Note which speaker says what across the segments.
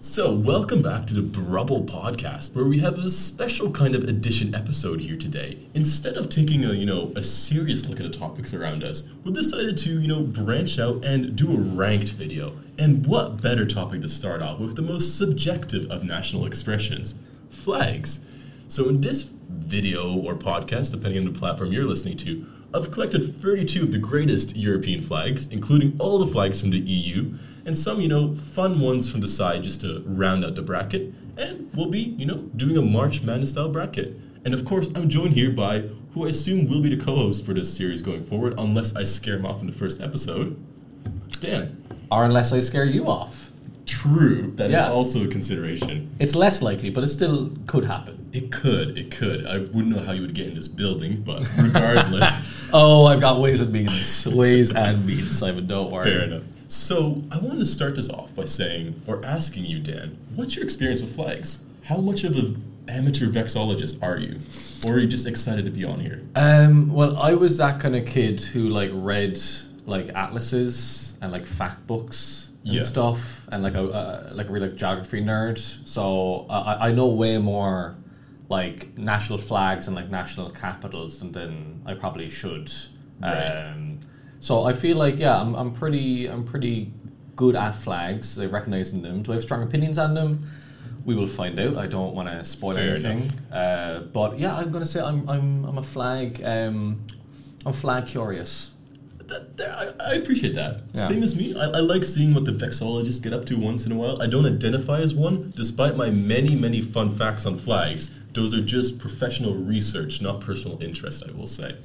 Speaker 1: So, welcome back to the Brubble podcast, where we have a special kind of edition episode here today. Instead of taking a, you know, a serious look at the topics around us, we decided to, you know, branch out and do a ranked video. And what better topic to start off with the most subjective of national expressions, flags. So, in this video or podcast, depending on the platform you're listening to, I've collected 32 of the greatest European flags, including all the flags from the EU, and some, you know, fun ones from the side just to round out the bracket. And we'll be, you know, doing a March Madness style bracket. And of course, I'm joined here by who I assume will be the co host for this series going forward, unless I scare him off in the first episode. Dan.
Speaker 2: Or unless I scare you off.
Speaker 1: True, that is
Speaker 2: Yeah.
Speaker 1: also a consideration.
Speaker 2: It's less likely, but it still could happen.
Speaker 1: It could, it could. I wouldn't know how you would get in this building, but regardless.
Speaker 2: Oh, I've got ways and means. ways and means, Simon, don't worry.
Speaker 1: Fair enough. So I wanted to start this off by saying or asking you, Dan, what's your experience with flags? How much of an amateur vexologist are you, or are you just excited to be on here?
Speaker 2: Um, well, I was that kind of kid who like read like atlases and like fact books and
Speaker 1: Yeah.
Speaker 2: stuff, and like a uh, like a real like geography nerd. So I, I- I know way more like national flags and like national capitals than than I probably should.
Speaker 1: Right.
Speaker 2: Um, so I feel like yeah, I'm, I'm pretty I'm pretty good at flags. I recognizing them. Do I have strong opinions on them? We will find out. I don't want to spoil
Speaker 1: Fair
Speaker 2: anything. Uh, but yeah, I'm gonna say I'm I'm I'm a flag um, I'm flag curious.
Speaker 1: That, there, I, I appreciate that.
Speaker 2: Yeah.
Speaker 1: Same as me. I, I like seeing what the vexologists get up to once in a while. I don't identify as one, despite my many, many fun facts on flags. Those are just professional research, not personal interest, I will say.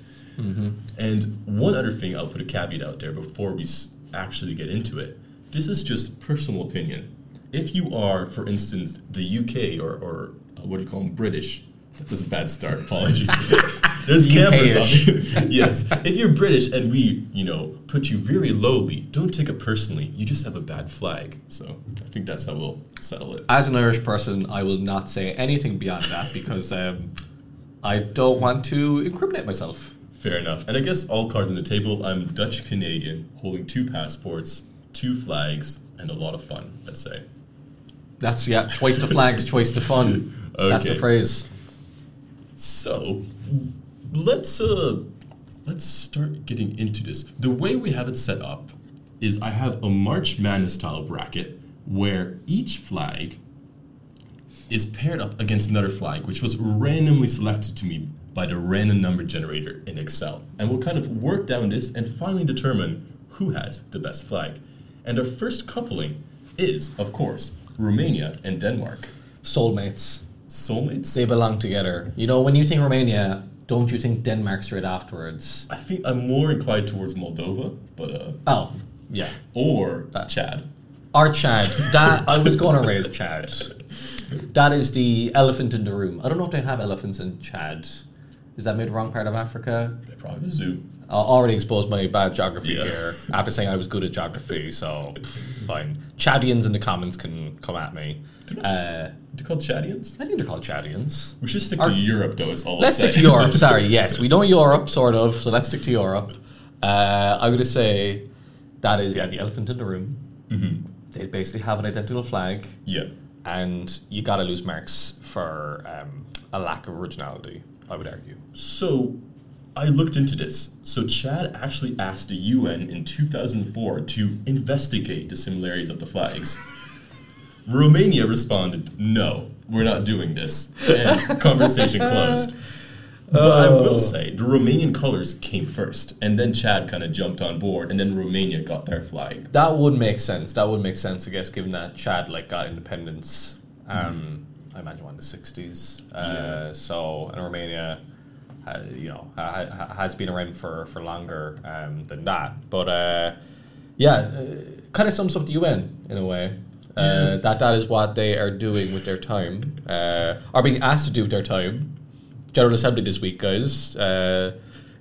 Speaker 1: And one other thing I'll put a caveat out there before we s- actually get into it. This is just personal opinion. If you are, for instance, the UK or, or uh, what do you call them, British, that's a bad start, apologies. There's cameras on yes. If you're British and we, you know, put you very lowly, don't take it personally. You just have a bad flag. So I think that's how we'll settle it.
Speaker 2: As an Irish person, I will not say anything beyond that because um, I don't want to incriminate myself.
Speaker 1: Fair enough. And I guess all cards on the table, I'm Dutch Canadian, holding two passports, two flags, and a lot of fun, let's say.
Speaker 2: That's yeah, twice the flags, twice the fun. That's the
Speaker 1: Okay.
Speaker 2: phrase.
Speaker 1: So let's uh let's start getting into this. The way we have it set up is I have a March Madness style bracket where each flag is paired up against another flag, which was randomly selected to me by the random number generator in Excel. And we'll kind of work down this and finally determine who has the best flag. And our first coupling is, of course, Romania and Denmark.
Speaker 2: Soulmates.
Speaker 1: Soulmates?
Speaker 2: They belong together. You know, when you think Romania, don't you think Denmark straight afterwards?
Speaker 1: I think I'm more inclined towards Moldova, but uh,
Speaker 2: Oh, yeah.
Speaker 1: or
Speaker 2: That-
Speaker 1: Chad.
Speaker 2: Our Chad. That I was going to raise Chad. That is the elephant in the room. I don't know if they have elephants in Chad. Is that made the wrong part of Africa?
Speaker 1: They're probably the zoo.
Speaker 2: I already exposed my bad geography
Speaker 1: Yeah.
Speaker 2: here after saying I was good at geography, so fine. Chadians in the comments can come at me. Uh,
Speaker 1: They're called Chadians.
Speaker 2: I think they're called Chadians.
Speaker 1: We should stick
Speaker 2: Are-
Speaker 1: to Europe, though. It's all. I'll
Speaker 2: Let's stick
Speaker 1: say.
Speaker 2: to Europe. Sorry, yes, we know Europe sort of, so let's stick to Europe. Uh, I'm going to say that is yeah the elephant in the room.
Speaker 1: Mm-hmm.
Speaker 2: They basically have an identical flag,
Speaker 1: yeah,
Speaker 2: and you got to lose marks for um, a lack of originality. I would argue.
Speaker 1: So I looked into this. So Chad actually asked the UN in 2004 to investigate the similarities of the flags. Romania responded, "No, we're not doing this," and conversation closed. But I will say the Romanian colors came first, and then Chad kind of jumped on board, and then Romania got their flag.
Speaker 2: That would make sense. That would make sense, I guess, given that Chad like got independence. Um, I imagine one in the sixties. Uh, So, and Romania, uh, you know, ha- ha- has been around for for longer um, than that. But uh, yeah, uh, kind of sums up the UN in a way. Uh, that that is what they are doing with their time, uh, are being asked to do with their time. General Assembly this week, guys. Uh,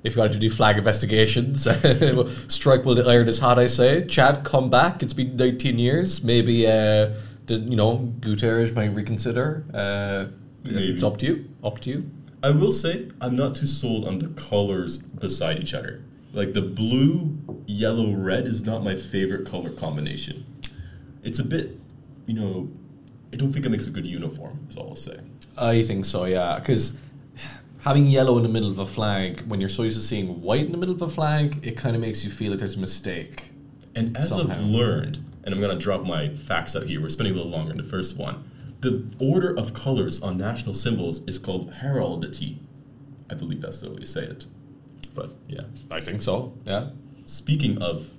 Speaker 2: if you want to do flag investigations, strike while the iron is hot. I say, Chad, come back. It's been 19 years. Maybe uh, the, you know Guterres might reconsider. Uh,
Speaker 1: Maybe.
Speaker 2: It's up to you. Up to you.
Speaker 1: I will say I'm not too sold on the colors beside each other. Like the blue, yellow, red is not my favorite color combination. It's a bit, you know, I don't think it makes a good uniform. Is all I'll say.
Speaker 2: I think so, yeah. Because having yellow in the middle of a flag, when you're so used to seeing white in the middle of a flag, it kind of makes you feel like there's a mistake.
Speaker 1: And as
Speaker 2: Somehow.
Speaker 1: I've learned, and I'm going to drop my facts out here, we're spending a little longer on the first one. The order of colors on national symbols is called heraldity. I believe that's the way you say it. But yeah.
Speaker 2: I think so, yeah.
Speaker 1: Speaking of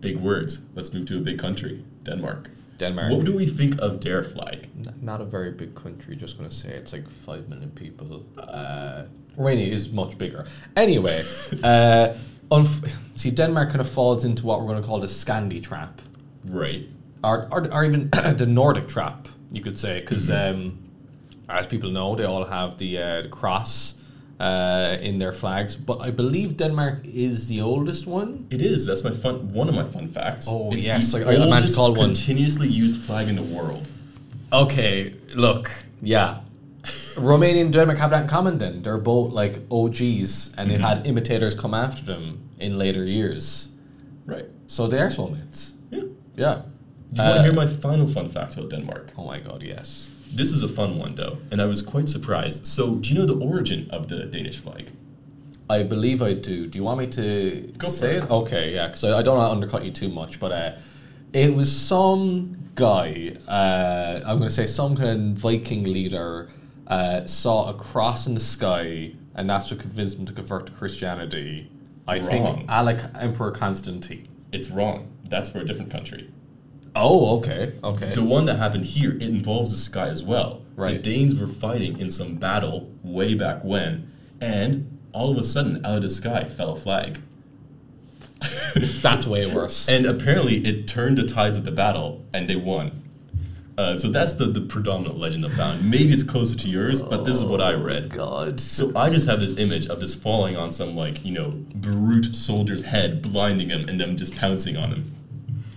Speaker 1: big words, let's move to a big country, Denmark.
Speaker 2: Denmark.
Speaker 1: What do we think of their flag?
Speaker 2: N- Not a very big country, just gonna say it's like five million people. Uh, Romania is much bigger. Anyway, uh, unf- see, Denmark kind of falls into what we're gonna call the Scandi trap,
Speaker 1: Right.
Speaker 2: or, or, or even the Nordic trap, you could say, because um, as people know, they all have the, uh, the cross uh, in their flags. But I believe Denmark is the oldest one.
Speaker 1: It is. That's my fun. One of my fun facts.
Speaker 2: Oh,
Speaker 1: it's
Speaker 2: yes,
Speaker 1: The
Speaker 2: I- I managed to
Speaker 1: oldest
Speaker 2: call one.
Speaker 1: Continuously used flag in the world.
Speaker 2: Okay, look, yeah. Romania and Denmark have that in common then. They're both like OGs and they've had imitators come after them in later years.
Speaker 1: Right.
Speaker 2: So they are soulmates.
Speaker 1: Yeah. Do
Speaker 2: Yeah.
Speaker 1: you want to hear my final fun fact about Denmark?
Speaker 2: Oh my god, yes.
Speaker 1: This is a fun one though, and I was quite surprised. So, do you know the origin of the Danish flag?
Speaker 2: I believe I do. Do you want me to
Speaker 1: Go for
Speaker 2: say
Speaker 1: it.
Speaker 2: it? Okay, yeah, because I, I don't want to undercut you too much, but uh, it was some guy, uh, I'm going to say some kind of Viking leader, uh, saw a cross in the sky, and that's what convinced him to convert to Christianity. I
Speaker 1: Wrong.
Speaker 2: think Alec Emperor Constantine.
Speaker 1: It's wrong. That's for a different country.
Speaker 2: Oh, okay, okay.
Speaker 1: The one that happened here, it involves the sky as well.
Speaker 2: Right.
Speaker 1: The Danes were fighting in some battle way back when, and all of a sudden, out of the sky fell a flag.
Speaker 2: that's way worse.
Speaker 1: And apparently, it turned the tides of the battle, and they won. Uh, so that's the, the predominant legend I found. Maybe it's closer to yours, but this is what I read.
Speaker 2: God.
Speaker 1: So I just have this image of this falling on some like you know brute soldier's head, blinding him, and them just pouncing on him.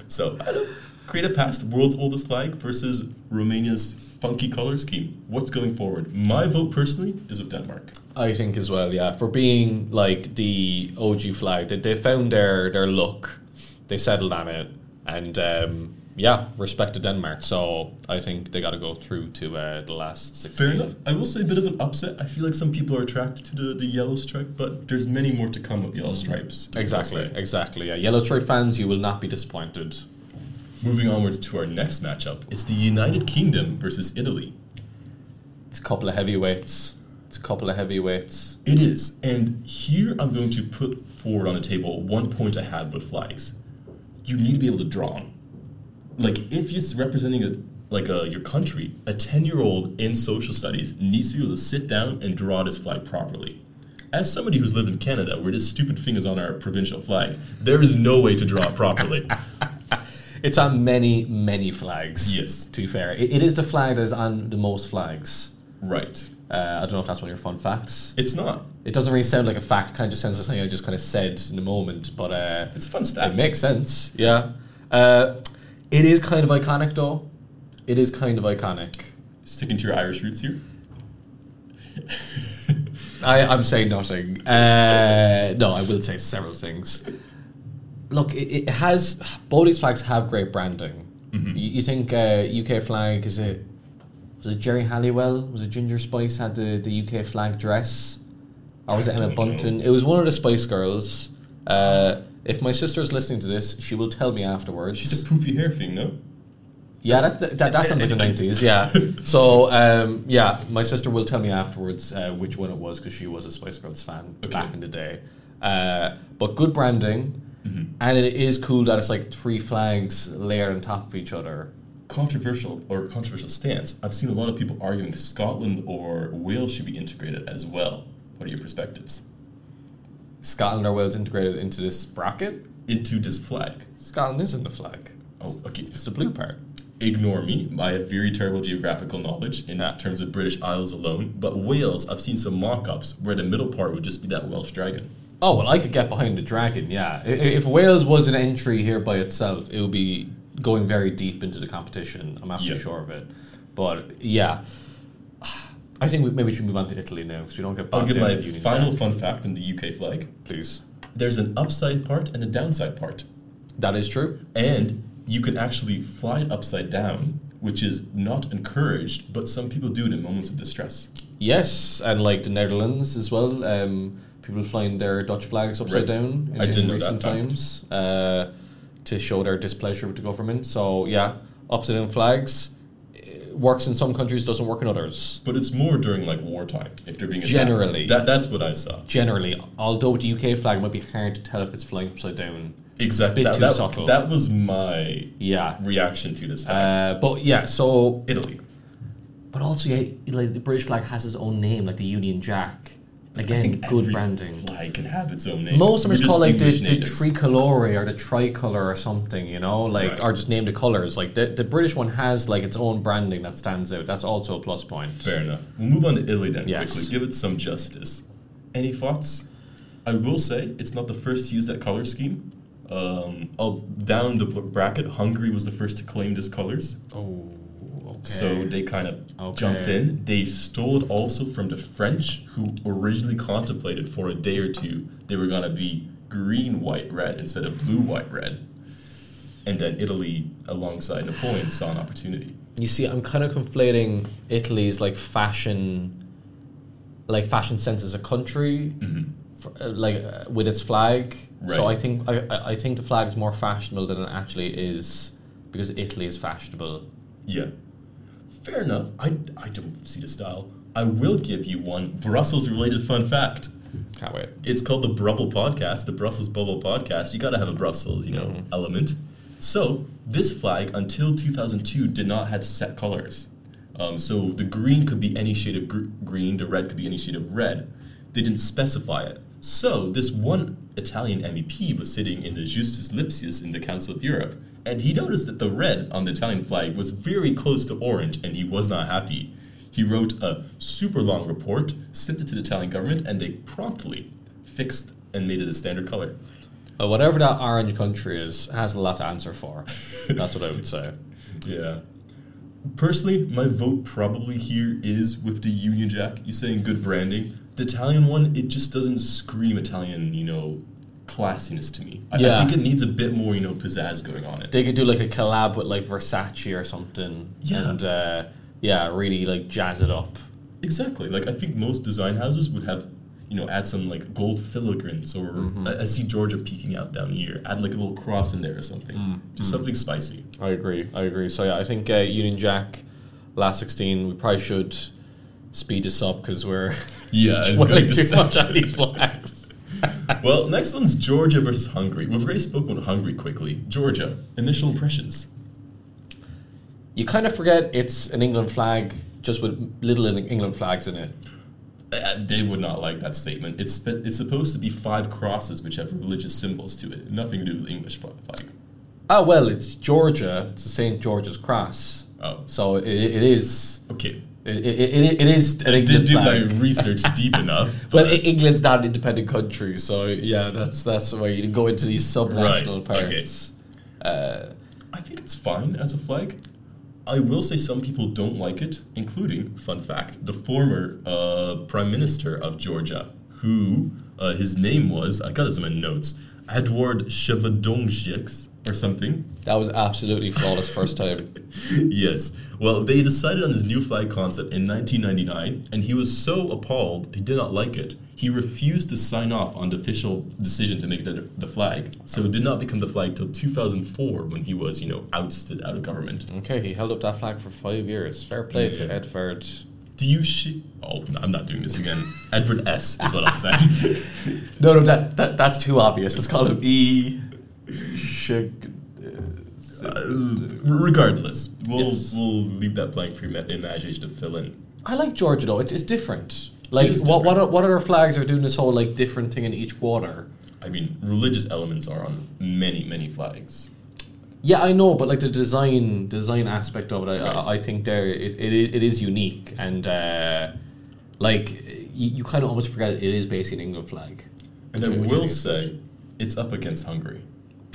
Speaker 1: So I don't create a past world's oldest flag versus Romania's funky color scheme. What's going forward? My vote personally is of Denmark.
Speaker 2: I think as well, yeah, for being like the OG flag, that they found their their look, they settled on it, and um, yeah, respect to Denmark. So I think they got to go through to uh, the last sixteen.
Speaker 1: Fair enough. I will say a bit of an upset. I feel like some people are attracted to the, the yellow stripe, but there's many more to come of yellow stripes.
Speaker 2: Exactly, exactly. Yeah, Yellow Stripe fans, you will not be disappointed.
Speaker 1: Moving onwards to our next matchup, it's the United Kingdom versus Italy.
Speaker 2: It's a couple of heavyweights. It's a couple of heavyweights.
Speaker 1: It is. And here I'm going to put forward on the table one point I have with flags. You need to be able to draw 'em. Like if you're representing a like a, your country, a 10-year-old in social studies needs to be able to sit down and draw this flag properly. As somebody who's lived in Canada, where this stupid thing is on our provincial flag, there is no way to draw it properly.
Speaker 2: It's on many, many flags.
Speaker 1: Yes.
Speaker 2: To be fair, it, it is the flag that is on the most flags.
Speaker 1: right.
Speaker 2: Uh, I don't know if that's one of your fun facts.
Speaker 1: It's not.
Speaker 2: It doesn't really sound like a fact. Kind of just sounds like something I just kind of said in the moment, but uh,
Speaker 1: It's a fun
Speaker 2: it
Speaker 1: stat.
Speaker 2: makes sense. Yeah, uh, it is kind of iconic, though. It is kind of iconic.
Speaker 1: Sticking to your Irish roots here.
Speaker 2: I, I'm saying nothing. Uh, no, I will say several things. Look, it, it has both these flags have great branding.
Speaker 1: Mm-hmm.
Speaker 2: You, you think uh, UK flag is it? Was it Jerry Halliwell? Was it Ginger Spice had the, the UK flag dress, or was
Speaker 1: I
Speaker 2: it Emma
Speaker 1: don't know.
Speaker 2: Bunton? It was one of the Spice Girls. Uh, if my sister's listening to this, she will tell me afterwards.
Speaker 1: She's a poofy hair thing, no?
Speaker 2: Yeah, that's the, that, that sounds like the nineties. Yeah. So um, yeah, my sister will tell me afterwards uh, which one it was because she was a Spice Girls fan
Speaker 1: Okay.
Speaker 2: back in the day. Uh, but good branding, and it is cool that it's like three flags layered on top of each other.
Speaker 1: controversial or controversial stance. I've seen a lot of people arguing Scotland or Wales should be integrated as well. What are your perspectives
Speaker 2: Scotland or Wales integrated into this bracket.
Speaker 1: into this flag?
Speaker 2: Scotland is in the flag.
Speaker 1: Oh, okay.
Speaker 2: It's the blue part.
Speaker 1: Ignore me. I have very terrible geographical knowledge in
Speaker 2: Yeah.
Speaker 1: terms of British Isles alone. But Wales, I've seen some mock-ups where the middle part would just be that Welsh dragon.
Speaker 2: Oh well, I could get behind the dragon. Yeah, I- i- if Wales was an entry here by itself, it would be going very deep into the competition. I'm absolutely
Speaker 1: Yeah.
Speaker 2: sure of it. But yeah, I think we, maybe we should move on to Italy now because we don't get.
Speaker 1: I'll
Speaker 2: bogged
Speaker 1: give
Speaker 2: down
Speaker 1: my
Speaker 2: with Union
Speaker 1: final
Speaker 2: Jack.
Speaker 1: fun fact on the UK flag.
Speaker 2: please.
Speaker 1: There's an upside part and a downside part.
Speaker 2: That is true.
Speaker 1: And you can actually fly it upside down which is not encouraged, but some people do it in moments of distress.
Speaker 2: Yes, and like the Netherlands as well. Um, people flying their Dutch flags
Speaker 1: Right.
Speaker 2: upside down in,
Speaker 1: I didn't
Speaker 2: in
Speaker 1: know that
Speaker 2: recent
Speaker 1: fact.
Speaker 2: times uh, to show their displeasure with the government. So yeah, upside down flags eh, works in some countries, doesn't work in others.
Speaker 1: But it's more during like wartime if they're being attacked.
Speaker 2: Generally.
Speaker 1: That, that's what I saw.
Speaker 2: Generally, although with the UK flag it might be hard to tell if it's flying upside down.
Speaker 1: Exactly.
Speaker 2: Bit
Speaker 1: that,
Speaker 2: too
Speaker 1: that-
Speaker 2: subtle.
Speaker 1: that was my
Speaker 2: Yeah,
Speaker 1: reaction to this. fact.
Speaker 2: uh, but yeah, so
Speaker 1: Italy.
Speaker 2: but also yeah, like the British flag has its own name, like the Union Jack.
Speaker 1: I
Speaker 2: Again,
Speaker 1: think
Speaker 2: good
Speaker 1: every
Speaker 2: branding.
Speaker 1: Flag can have its own name.
Speaker 2: Most of
Speaker 1: We're
Speaker 2: them
Speaker 1: just
Speaker 2: call like the,
Speaker 1: English
Speaker 2: the
Speaker 1: natives.
Speaker 2: tricolore or the tricolor or something, you know, like
Speaker 1: Right.
Speaker 2: or just name the colors. Like the, the British one has like its own branding that stands out. That's also a plus point.
Speaker 1: Fair enough. We'll move on to Italy then
Speaker 2: Yes.
Speaker 1: quickly. Give it some justice. Any thoughts? I will say it's not the first to use that color scheme. Um, oh, down the bl- bracket, Hungary was the first to claim this colors,
Speaker 2: Oh, okay.
Speaker 1: so they kind of
Speaker 2: Okay.
Speaker 1: jumped in. They stole it also from the French, who originally contemplated for a day or two they were gonna be green, white, red instead of blue, white, red. And then Italy, alongside Napoleon, saw an opportunity.
Speaker 2: you see, I'm kind of conflating Italy's like fashion, like fashion sense as a country, for, uh, like uh, with its flag. So
Speaker 1: Mm-hmm. Right.
Speaker 2: I think I, I- I think the flag is more fashionable than it actually is because Italy is fashionable.
Speaker 1: Yeah. Fair enough. I, I don't see the style. I will give you one Brussels related fun fact.
Speaker 2: Can't wait.
Speaker 1: It's called the Brubble Podcast, the Brussels Bubble Podcast. You gotta have a Brussels, you know, element. So, this flag until 2002 did not have set colors. Um, so, the green could be any shade of gr- green, the red could be any shade of red. They didn't specify it. So, this one Italian MEP was sitting in the Justus Lipsius in the Council of Europe, and he noticed that the red on the Italian flag was very close to orange, and he was not happy. He wrote a super long report, sent it to the Italian government, and they promptly fixed and made it a standard color.
Speaker 2: But whatever that orange country is, has a lot to answer for. That's what I would say.
Speaker 1: Yeah. Personally, my vote probably here is with the Union Jack. You saying good branding? The Italian one, it just doesn't scream Italian, you know, classiness to me. I, I
Speaker 2: Yeah.
Speaker 1: think it needs a bit more, you know, pizzazz going on it.
Speaker 2: They could do like a collab with like Versace or something.
Speaker 1: Yeah.
Speaker 2: And uh, yeah, really like jazz it up.
Speaker 1: Exactly. Like I think most design houses would have, you know, add some like gold filigrants or
Speaker 2: Mm-hmm.
Speaker 1: I, I see Georgia peeking out down here. Add like a little cross in there or something.
Speaker 2: Mm-hmm.
Speaker 1: Just something spicy.
Speaker 2: I agree. I agree. So yeah, I think uh, Union Jack, last 16, we probably should speed this up because we're
Speaker 1: Yeah, it's
Speaker 2: dwelling
Speaker 1: going
Speaker 2: too
Speaker 1: to
Speaker 2: much on these flags.
Speaker 1: Well, next one's Georgia versus Hungary. We've already spoken about Hungary quickly. Georgia, initial impressions.
Speaker 2: You kind of forget it's an England flag just with little England flags in it.
Speaker 1: Uh, they would not like that statement. It's spe- it's supposed to be five crosses which have religious symbols to it. Nothing to do with English flag.
Speaker 2: Ah, well, it's Georgia. It's the St. George's Cross.
Speaker 1: Oh,
Speaker 2: So it, it is.
Speaker 1: okay.
Speaker 2: It, it, it, it is an
Speaker 1: Did
Speaker 2: England
Speaker 1: do my
Speaker 2: flag.
Speaker 1: research deep enough.
Speaker 2: Well, I- England's not an independent country, so yeah, that's that's why you go into these subnational
Speaker 1: Right, okay.
Speaker 2: parts.
Speaker 1: I think it's fine as a flag. I will say some people don't like it, including, fun fact, the former uh, Prime Minister of Georgia, who uh, his name was, I got his in notes, Edward Shevardnadze or something.
Speaker 2: That was absolutely flawless first time.
Speaker 1: yes. Well, they decided on his new flag concept in 1999, and he was so appalled, he did not like it. He refused to sign off on the official decision to make the, the flag, so it did not become the flag till 2004 when he was, you know, ousted out of government.
Speaker 2: Okay, he held up that flag for five years. Fair play to
Speaker 1: Yeah.
Speaker 2: Edward.
Speaker 1: Do you sh- Oh, no, I'm not doing this again. Edward S. is what I'll say.
Speaker 2: No, no, that, that that's too obvious. Let's call him E. Shig.
Speaker 1: Uh, regardless, we'll
Speaker 2: Yes.
Speaker 1: we'll leave that blank for your ma- imagination to fill in.
Speaker 2: I like Georgia though. It's, it's different. Like
Speaker 1: is
Speaker 2: what what are, what other flags are doing this whole like different thing in each quarter?
Speaker 1: I mean, religious elements are on many many flags.
Speaker 2: Yeah, I know, but like the design design aspect of it, I,
Speaker 1: Right.
Speaker 2: I, I think there is it, i- it is unique and uh, like you, you kind of almost forget it, it is basically an England flag.
Speaker 1: And I
Speaker 2: Which- which
Speaker 1: will
Speaker 2: think is
Speaker 1: say,
Speaker 2: good.
Speaker 1: it's up against Hungary,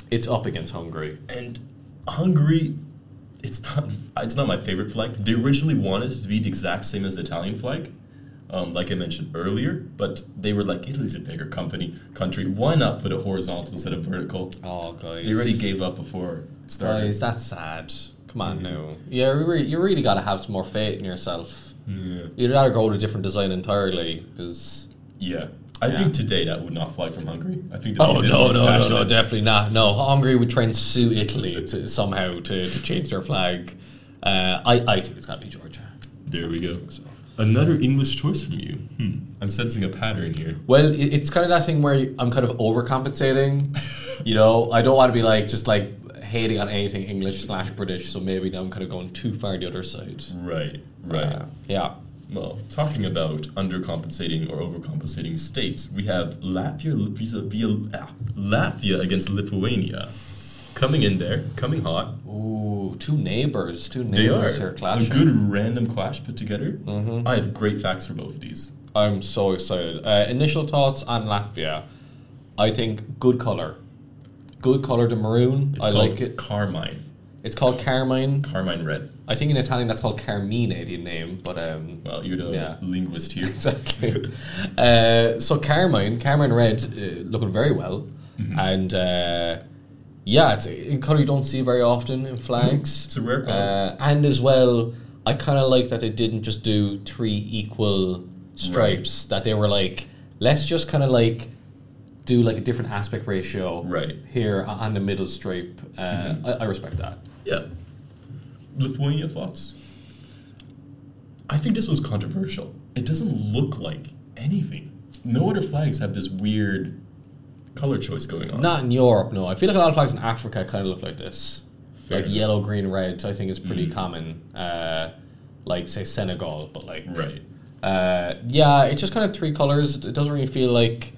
Speaker 2: it's up against Hungary.
Speaker 1: and Hungary. It's not. It's not my favorite flag. They originally wanted it to be the exact same as the Italian flag, um, like I mentioned earlier. But they were like, Italy's a bigger company country. Why not put it horizontal instead of vertical?
Speaker 2: Oh guys,
Speaker 1: They already gave up before it started.
Speaker 2: guys. That's sad. Come on now. Yeah, you re- you really got to have some more faith in yourself.
Speaker 1: Yeah.
Speaker 2: You'd rather go with a different design entirely because.
Speaker 1: Yeah. I
Speaker 2: Yeah.
Speaker 1: think today that would not fly from Hungary. I think.
Speaker 2: Oh no, no, no, no,
Speaker 1: fashion.
Speaker 2: definitely not. No, Hungary would try and sue Italy to, somehow to, to change their flag. Uh, I, I think it's got to be Georgia.
Speaker 1: There we go. Another English choice from you. Hmm. I'm sensing a pattern here.
Speaker 2: Well, i- it's kind of that thing where I'm kind of overcompensating. you know, I don't want to be like just like hating on anything English slash British. So maybe now I'm kind of going too far the other side.
Speaker 1: Right. Right.
Speaker 2: Uh, yeah.
Speaker 1: Well, talking about undercompensating or overcompensating states, we have Latvia visa via ah, Latvia against Lithuania, coming in there, coming hot.
Speaker 2: Ooh, two neighbors, two
Speaker 1: They are
Speaker 2: neighbors here
Speaker 1: a
Speaker 2: clashing.
Speaker 1: good random clash put together.
Speaker 2: Mm-hmm.
Speaker 1: I have great facts for both of these.
Speaker 2: I'm so excited. Uh, initial thoughts on Latvia. I think good color, good color to maroon.
Speaker 1: It's
Speaker 2: I
Speaker 1: called
Speaker 2: like it.
Speaker 1: Carmine,
Speaker 2: It's called Carmine.
Speaker 1: Carmine Red.
Speaker 2: I think in Italian that's called Carmine, the name, but um,
Speaker 1: Well, you're the
Speaker 2: Yeah.
Speaker 1: linguist here.
Speaker 2: exactly. uh, so Carmine, Carmine Red, uh, looking very well,
Speaker 1: Mm-hmm.
Speaker 2: and uh, yeah, it's a colour you don't see very often in flags.
Speaker 1: It's a rare colour.
Speaker 2: Uh, and as well, I kind of like that they didn't just do three equal stripes. That they were like, let's just kind of like do like a different aspect ratio
Speaker 1: Right. Mm-hmm.
Speaker 2: here o- on the middle stripe. Uh, I, I respect that.
Speaker 1: Yeah. Lithuania thoughts? I think this was controversial. It doesn't look like anything. No other flags have this weird color choice going on.
Speaker 2: Not in Europe, no. I feel like a lot of flags in Africa kind of look like this.
Speaker 1: Fair
Speaker 2: like
Speaker 1: enough. Mm.
Speaker 2: yellow, green, red, I think is pretty common. Uh, like, say, Senegal, but like.
Speaker 1: Right.
Speaker 2: Uh, yeah, it's just kind of three colors. It doesn't really feel like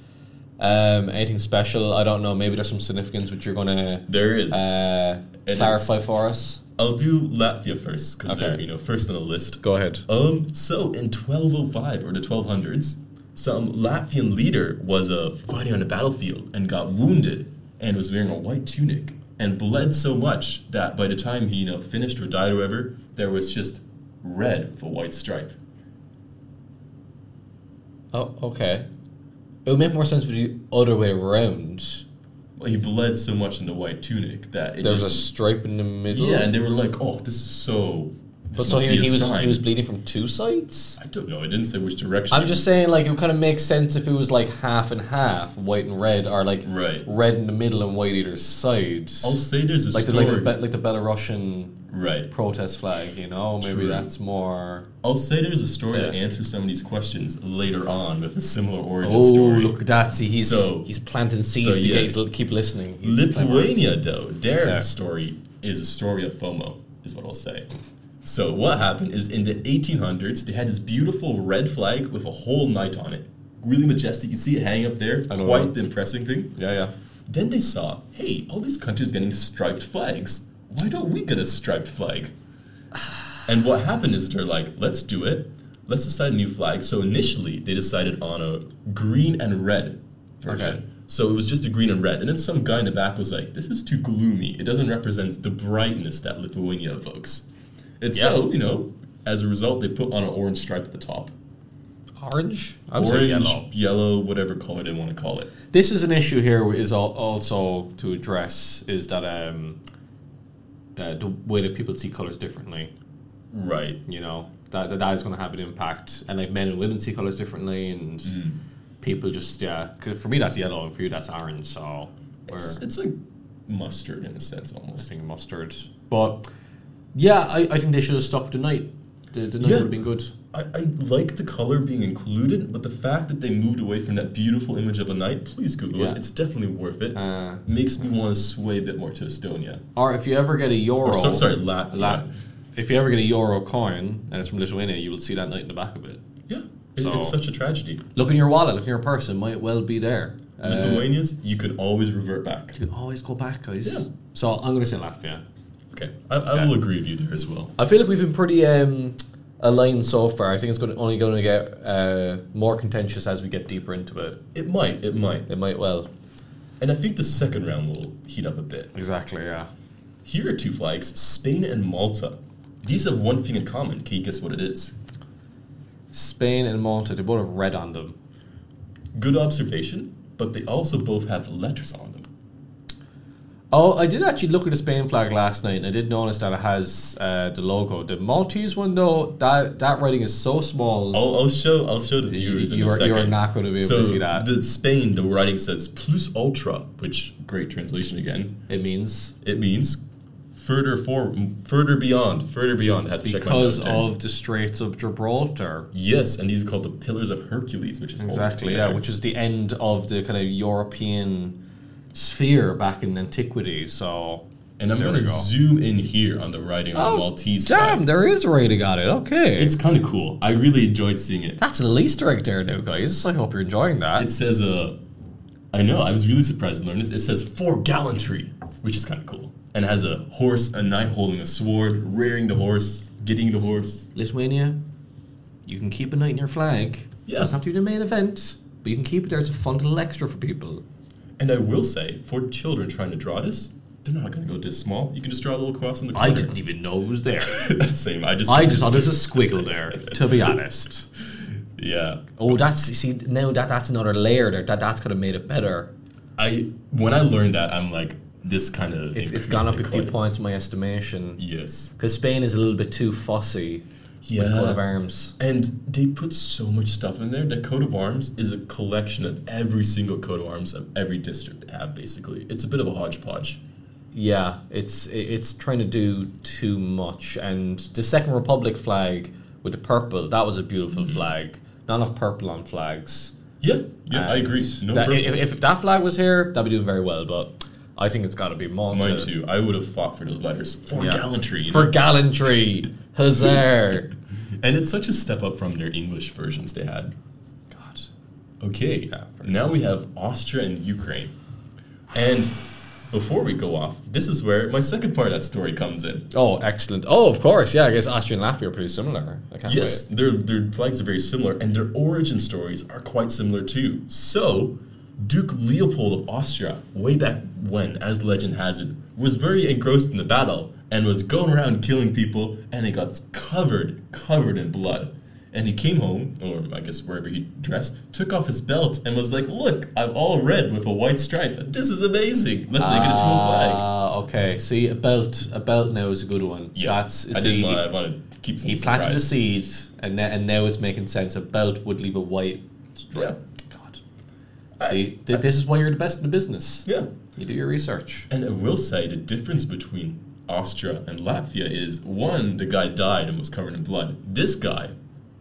Speaker 2: um, anything special. I don't know. Maybe there's some significance which you're going
Speaker 1: There is.
Speaker 2: to uh,
Speaker 1: it's-
Speaker 2: clarify for us.
Speaker 1: I'll do Latvia first because they're
Speaker 2: Okay.
Speaker 1: you know first on the list.
Speaker 2: Go ahead.
Speaker 1: Um. So in 1205 or the 1200s, some Latvian leader was uh, fighting on a battlefield and got wounded and was wearing a white tunic and bled so much that by the time he you know finished or died or whatever, there was just red with a white stripe.
Speaker 2: Oh, okay. It would make more sense if you do other way around.
Speaker 1: Well, he bled so much in the white tunic that it
Speaker 2: There was a
Speaker 1: just
Speaker 2: stripe in the middle.
Speaker 1: yeah, and they were like, oh, this is so. This
Speaker 2: But so
Speaker 1: must
Speaker 2: he,
Speaker 1: be a
Speaker 2: he was
Speaker 1: sign.
Speaker 2: he was bleeding from two sides.
Speaker 1: I don't know. I didn't say which direction.
Speaker 2: I'm
Speaker 1: he
Speaker 2: just saying, like, it would kind of make sense if it was like half and half, white and red, or like
Speaker 1: Right.
Speaker 2: red in the middle and white either side.
Speaker 1: I'll say there's a
Speaker 2: like, the,
Speaker 1: story.
Speaker 2: like, the, Be- like the Belarusian
Speaker 1: right.
Speaker 2: protest flag, you know? Maybe
Speaker 1: True.
Speaker 2: that's more.
Speaker 1: I'll say there's a story that
Speaker 2: Yeah.
Speaker 1: answers some of these questions later on with a similar origin
Speaker 2: Oh,
Speaker 1: story.
Speaker 2: look at that. See, he's,
Speaker 1: So-
Speaker 2: he's planting seeds
Speaker 1: so
Speaker 2: to
Speaker 1: yes.
Speaker 2: get, to keep listening. He's clever.
Speaker 1: Lithuania, though, their
Speaker 2: Yeah.
Speaker 1: story is a story of FOMO, is what I'll say. So what happened is in the 1800s, they had this beautiful red flag with a whole knight on it. Really majestic. You see it hanging up there.
Speaker 2: I know
Speaker 1: Quite
Speaker 2: that.
Speaker 1: the impressive thing.
Speaker 2: Yeah, yeah.
Speaker 1: Then they saw, hey, all these countries getting striped flags. Why don't we get a striped flag? And what happened is they're like, let's do it. Let's decide a new flag. So initially, they decided on a green and red version.
Speaker 2: Okay.
Speaker 1: So it was just a green and red. And then some guy in the back was like, this is too gloomy. It doesn't represent the brightness that Lithuania evokes. And so, you know, as a result, they put on an orange stripe at the top.
Speaker 2: Orange? I would say
Speaker 1: orange,
Speaker 2: yellow.
Speaker 1: yellow, whatever color they want to call it.
Speaker 2: This is an issue here, is al- also to address, is that um, uh, the way that people see colors differently.
Speaker 1: Right.
Speaker 2: you know that that, that is going to have an impact and like men and women see colors differently and
Speaker 1: Mm.
Speaker 2: people just yeah 'cause for me that's yellow and for you that's orange so we're
Speaker 1: It's, it's like mustard in a sense almost.
Speaker 2: thinking mustard but yeah I, I think they should have stuck the night the, the night
Speaker 1: Yeah.
Speaker 2: would have been good
Speaker 1: I, I like the color being included, but the fact that they moved away from that beautiful image of a night, please Google
Speaker 2: Yeah.
Speaker 1: it. It's definitely worth it.
Speaker 2: uh,
Speaker 1: Makes me want to sway a bit more to Estonia.
Speaker 2: or if you ever get a euro
Speaker 1: Or so, sorry, Latvia.
Speaker 2: la- if you ever get a euro coin and it's from Lithuania you will see that night in the back of it
Speaker 1: Yeah, it-
Speaker 2: So-
Speaker 1: it's such a tragedy.
Speaker 2: look in your wallet look in your purse it might well be there Uh,
Speaker 1: Lithuanians, you could always revert back.
Speaker 2: you can always go back guys
Speaker 1: Yeah.
Speaker 2: so I'm going to say Latvia
Speaker 1: Okay, I, I
Speaker 2: Yeah.
Speaker 1: will agree with you there as well.
Speaker 2: I feel like we've been pretty um, aligned so far. I think it's going to, only going to get uh, more contentious as we get deeper into it.
Speaker 1: It might, it might.
Speaker 2: It might well.
Speaker 1: And I think the second round will heat up a bit.
Speaker 2: Exactly. Yeah.
Speaker 1: Here are two flags Spain and Malta. These have one thing in common. Can you guess what it is?
Speaker 2: Spain and Malta, they both have red on them.
Speaker 1: Good observation, but they also both have letters on them.
Speaker 2: Oh, I did actually look at the Spain flag last night, and I did notice that it has uh, the logo. The Maltese one, though, that that writing is so small.
Speaker 1: I'll, I'll show I'll show the
Speaker 2: you,
Speaker 1: viewers Oh, in
Speaker 2: you
Speaker 1: a
Speaker 2: are,
Speaker 1: second.
Speaker 2: you are not going to be able
Speaker 1: so
Speaker 2: to see that.
Speaker 1: the Spain, the writing says "plus ultra," which great translation again.
Speaker 2: it means
Speaker 1: It means further for further beyond, further beyond. I had to check my
Speaker 2: because
Speaker 1: notes there.
Speaker 2: of the Straits of Gibraltar.
Speaker 1: yes, and these are called the Pillars of Hercules, which is all
Speaker 2: Exactly, yeah,
Speaker 1: together.
Speaker 2: which is the end of the kind of European sphere back in antiquity. So,
Speaker 1: and I'm
Speaker 2: there
Speaker 1: going to
Speaker 2: we go. Oh,
Speaker 1: zoom in here on the writing on the Maltese
Speaker 2: damn,
Speaker 1: flag.
Speaker 2: there is rating on it. Okay,
Speaker 1: It's kind of cool. I really enjoyed seeing it.
Speaker 2: that's a little Easter egg there now, guys. I hope you're enjoying that.
Speaker 1: It says, uh, I know, I was really surprised to learn it. It says for gallantry, which is kind of cool. And it has a horse, a knight holding a sword, rearing the horse, getting the horse.
Speaker 2: Lithuania, you can keep a night in your flag.
Speaker 1: Yeah.
Speaker 2: Doesn't have to be the main event, but you can keep it there as a fun little extra for people.
Speaker 1: And I will say, for children trying to draw this, they're not going to go this small. You can just draw a little cross in the corner.
Speaker 2: even know it was there.
Speaker 1: Same. I just.
Speaker 2: I just thought there's a squiggle there, to be honest.
Speaker 1: Yeah.
Speaker 2: Oh, that's, you see, now that that's another layer there. That, that's kind of made it better.
Speaker 1: I when I learned that, I'm like, this kind of.
Speaker 2: It's, it's gone up a few points in my estimation.
Speaker 1: Yes.
Speaker 2: Because Spain is a little bit too fussy with coat of
Speaker 1: Yeah.
Speaker 2: arms.
Speaker 1: And they put so much stuff in there. The coat of arms is a collection of every single coat of arms of every district they have. Basically, it's a bit of a hodgepodge.
Speaker 2: Yeah, it's i- it's trying to do too much. And the Second Republic flag with the purple, that was a beautiful
Speaker 1: Mm-hmm.
Speaker 2: flag. Not enough purple on flags.
Speaker 1: Yeah. Yeah, I
Speaker 2: And
Speaker 1: agree. No
Speaker 2: that-
Speaker 1: problem.
Speaker 2: if, if that flag was here, that'd be doing very well. But I think it's got to be Malta
Speaker 1: Mine too. I would have fought for those letters for
Speaker 2: Yeah.
Speaker 1: gallantry. you
Speaker 2: for gallantry. Huzzah!
Speaker 1: know? And it's such a step up from their English versions they had.
Speaker 2: God,
Speaker 1: Okay.
Speaker 2: Yeah, pretty
Speaker 1: now we have Austria and Ukraine. And before we go off, this is where my second part of that story comes in.
Speaker 2: oh, excellent. Oh, of course. Yeah, I guess Austria and Latvia are pretty similar. I can't
Speaker 1: Yes, their, their flags are very similar, and their origin stories are quite similar too. So, Duke Leopold of Austria, way back when, as legend has it, was very engrossed in the battle and was going around killing people, and he got covered, covered in blood. And he came home, or I guess wherever he dressed, took off his belt and was like, "Look, I'm all red with a white stripe. This is amazing. Let's make it into a flag."
Speaker 2: Ah, okay. See, a belt, a belt now is a good one.
Speaker 1: Yeah,
Speaker 2: That's,
Speaker 1: I
Speaker 2: see,
Speaker 1: didn't want. I want to keep some
Speaker 2: He planted a
Speaker 1: surprise.
Speaker 2: seed, and then, and now it's making sense. A belt would leave a white stripe. God, see, th- this is why you're the best in the business.
Speaker 1: Yeah.
Speaker 2: You do your research.
Speaker 1: And I will say the difference between Austria and Latvia is one, the guy died and was covered in blood. This guy,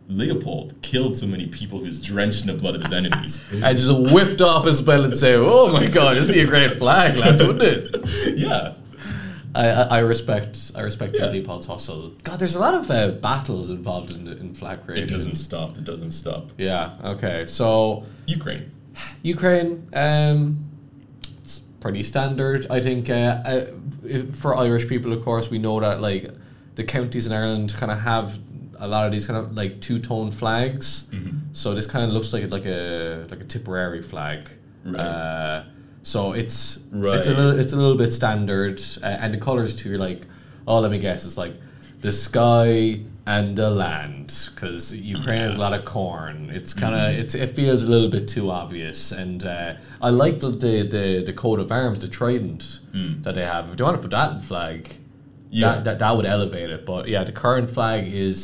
Speaker 1: Leopold, killed so many people who's drenched in the blood of his enemies.
Speaker 2: And just whipped off his belt and say, "Oh my God, this would be a great flag, lads, wouldn't it?"
Speaker 1: yeah.
Speaker 2: I, I, I respect I respect
Speaker 1: Yeah.
Speaker 2: Leopold's hustle. God, there's a lot of uh, battles involved in in flag
Speaker 1: It
Speaker 2: creation.
Speaker 1: doesn't stop. It doesn't stop.
Speaker 2: Yeah. Okay. So
Speaker 1: Ukraine.
Speaker 2: Ukraine, um, it's pretty standard. I think uh, uh, if- for Irish people, of course, we know that like the counties in Ireland kind of have a lot of these kind of like two tone flags. So this kind of looks like like a like a Tipperary flag.
Speaker 1: Right.
Speaker 2: Uh, so it's it's a
Speaker 1: Right.
Speaker 2: little it's a little bit standard, uh, and the colors too. You're like, oh, let me guess. It's like the sky and the land because Ukraine has a lot of corn. It's kind of it's it feels a little bit too obvious, and uh, I like the, the the the coat of arms, the trident that they have. If you want to put that in flag,
Speaker 1: Yeah.
Speaker 2: that, that that would elevate it. But yeah, the current flag is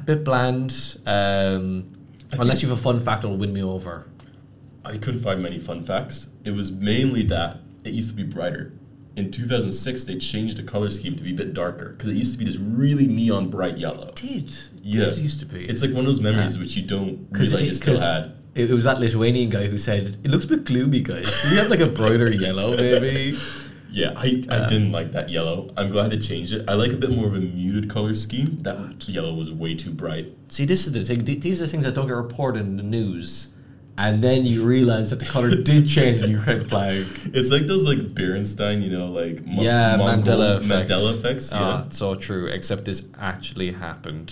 Speaker 2: a bit bland. Um, unless you have a fun fact that'll win me over.
Speaker 1: I couldn't find many fun facts. It was mainly that it used to be brighter. In 2006, they changed the color scheme to be a bit darker because it used to be this really neon bright yellow.
Speaker 2: Did it
Speaker 1: Yeah.
Speaker 2: used to be?
Speaker 1: It's like one of those memories which you don't realize you still
Speaker 2: 'cause
Speaker 1: had.
Speaker 2: It, it was that Lithuanian guy who said, "It looks a bit gloomy, guys. Do we have like a brighter yellow, maybe?"
Speaker 1: Yeah, I,
Speaker 2: Um,
Speaker 1: I didn't like that yellow. I'm glad they changed it. I like a bit more of a muted color scheme. That yellow was way too bright.
Speaker 2: See, this is the thing. th- These are things that don't get reported in the news, and then you realize that the color did change in Ukraine flag.
Speaker 1: It's like those like Berenstain, you know, like Mo-
Speaker 2: Yeah,
Speaker 1: Mongol
Speaker 2: Mandela effect.
Speaker 1: Mandela effects. Yeah.
Speaker 2: Ah, it's so true. Except this actually happened.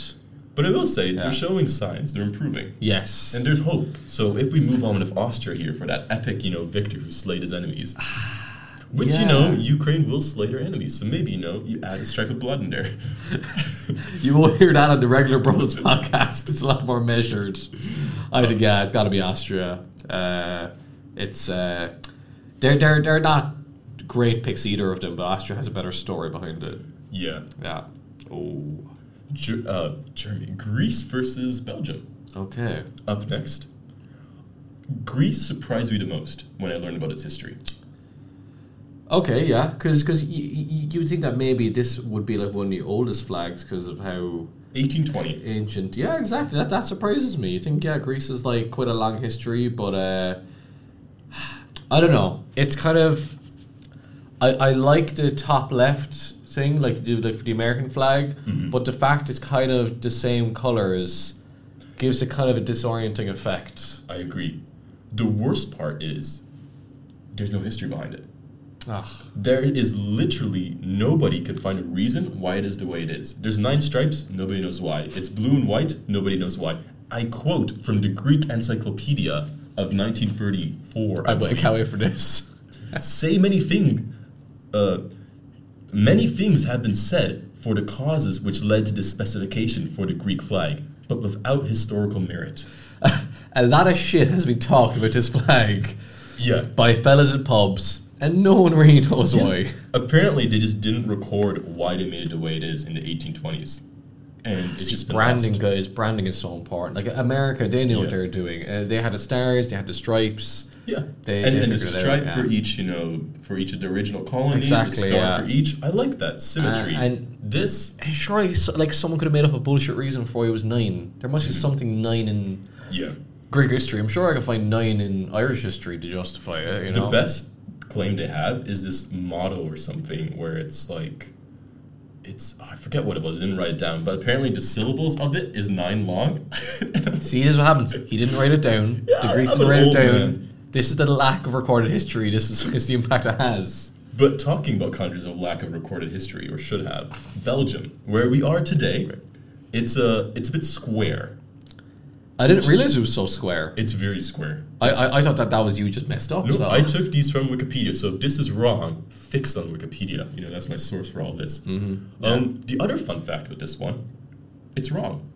Speaker 1: but I will say
Speaker 2: Yeah.
Speaker 1: they're showing signs. They're improving,
Speaker 2: Yes.
Speaker 1: and there's hope. So if we move on with Austria here for that epic, you know, victor who slayed his enemies. Which you know,
Speaker 2: Yeah.
Speaker 1: Ukraine will slay their enemies. So maybe you know, you add a stripe of blood in there.
Speaker 2: You won't hear that on the regular Bros podcast. It's a lot more measured. I think yeah, it's got to be Austria. Uh, it's uh, they're they're they're not Great picks either of them, but Austria has a better story behind it.
Speaker 1: Yeah.
Speaker 2: Yeah. Oh.
Speaker 1: Ger- uh, Germany. Greece versus Belgium.
Speaker 2: Okay.
Speaker 1: Up next. Greece surprised me the most when I learned about its history.
Speaker 2: Okay, yeah, because because you you would think that maybe this would be like one of the oldest flags because of how
Speaker 1: 1820.
Speaker 2: ancient. Yeah, exactly. That that surprises me. You think yeah, Greece is like quite a long history, but uh, I don't know. It's kind of I I like the top left thing, like to do like for the American flag, but the fact it's kind of the same colors gives it kind of a disorienting effect.
Speaker 1: I agree. The worst part is there's no history behind it.
Speaker 2: Ah,
Speaker 1: There is literally nobody could find a reason why it is the way it is. There's nine stripes, nobody knows why. It's blue and white, nobody knows why. I quote from the Greek Encyclopedia of 1934.
Speaker 2: I, I can't wait for this.
Speaker 1: say many thing, uh, many things have been said for the causes which led to this specification for the Greek flag, but without historical merit.
Speaker 2: a lot of shit has been talked about this flag
Speaker 1: Yeah.
Speaker 2: by fellas in pubs, and no one really knows why.
Speaker 1: Apparently, they just didn't record why they made it the way it is in the 1820s, and it's just been
Speaker 2: Branding,
Speaker 1: lost.
Speaker 2: guys, branding is so important. Like America, they knew what
Speaker 1: Yeah.
Speaker 2: they were doing. Uh, they had the stars, they had the stripes.
Speaker 1: Yeah,
Speaker 2: They-
Speaker 1: and,
Speaker 2: they
Speaker 1: and a
Speaker 2: figured it out,
Speaker 1: stripe
Speaker 2: yeah.
Speaker 1: for each, you know, for each of the original colonies, a
Speaker 2: Exactly,
Speaker 1: star
Speaker 2: yeah.
Speaker 1: for each. I like that symmetry.
Speaker 2: Uh, and-
Speaker 1: this,
Speaker 2: And surely, s- like someone could have made up a bullshit reason for why it was nine. There must be something nine in
Speaker 1: yeah,
Speaker 2: Greek history. I'm sure I could find nine in Irish history to justify it. You know,
Speaker 1: The best claim they have is this motto or something where it's like, it's I forget what it was. I didn't write it down, but apparently the syllables of it is nine long.
Speaker 2: See, this is what happens. He didn't write it down.
Speaker 1: Yeah,
Speaker 2: the Greeks
Speaker 1: I'm
Speaker 2: didn't
Speaker 1: an
Speaker 2: write it
Speaker 1: old
Speaker 2: down.
Speaker 1: man.
Speaker 2: This is the lack of recorded history. This is, is the impact it has.
Speaker 1: but talking about countries of lack of recorded history or should have, Belgium, where we are today, it's a it's a bit square.
Speaker 2: I didn't realize it was so square.
Speaker 1: It's very square.
Speaker 2: I, I, I thought that that was you just messed up.
Speaker 1: No,
Speaker 2: so.
Speaker 1: I took these from Wikipedia, so if this is wrong, fixed on Wikipedia. You know, that's my source for all this. Um, the other fun fact with this one, it's wrong.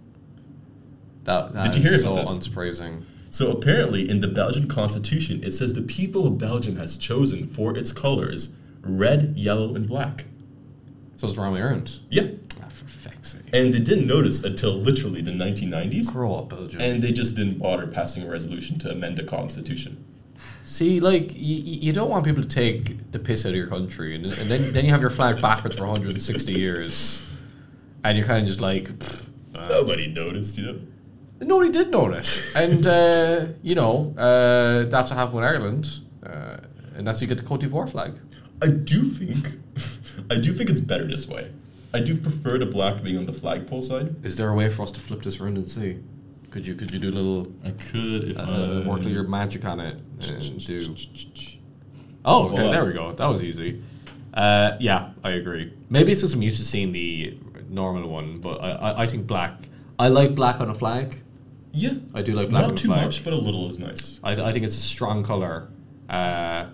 Speaker 2: that, that
Speaker 1: Did you
Speaker 2: is
Speaker 1: hear about
Speaker 2: so unsurprising.
Speaker 1: So apparently, in the Belgian constitution, it says the people of Belgium has chosen for its colors red, yellow, and black.
Speaker 2: So it's the wrong way around.
Speaker 1: Yeah,
Speaker 2: Ah, for fuck's sake.
Speaker 1: and they didn't notice until literally the 1990s,
Speaker 2: Grow up, Belgium.
Speaker 1: and they just didn't bother passing a resolution to amend the constitution.
Speaker 2: See, like, you, you don't want people to take the piss out of your country, and, and then, then you have your flag backwards for 160 years, and you're kind of just like, pfft.
Speaker 1: Nobody noticed, you know.
Speaker 2: nobody did notice. And, uh, you know, uh, that's what happened with Ireland, uh, and that's how you get the Cote d'Ivoire flag.
Speaker 1: I do think, I do think it's better this way. I do prefer the black being on the flagpole side.
Speaker 2: Is there a way for us to flip this around and see? Could you, could you do a little
Speaker 1: I could if
Speaker 2: uh,
Speaker 1: I
Speaker 2: work with your magic on it and do. Oh, okay,
Speaker 1: Hold
Speaker 2: there
Speaker 1: on.
Speaker 2: we go. That was easy. Uh, yeah, I agree. Maybe it's just I'm used to seeing the normal one, but I, I, I think black. I like black on a flag.
Speaker 1: Yeah,
Speaker 2: I do like black on
Speaker 1: not
Speaker 2: a
Speaker 1: too
Speaker 2: flag.
Speaker 1: much, but a little is nice.
Speaker 2: I, I think it's a strong color, uh,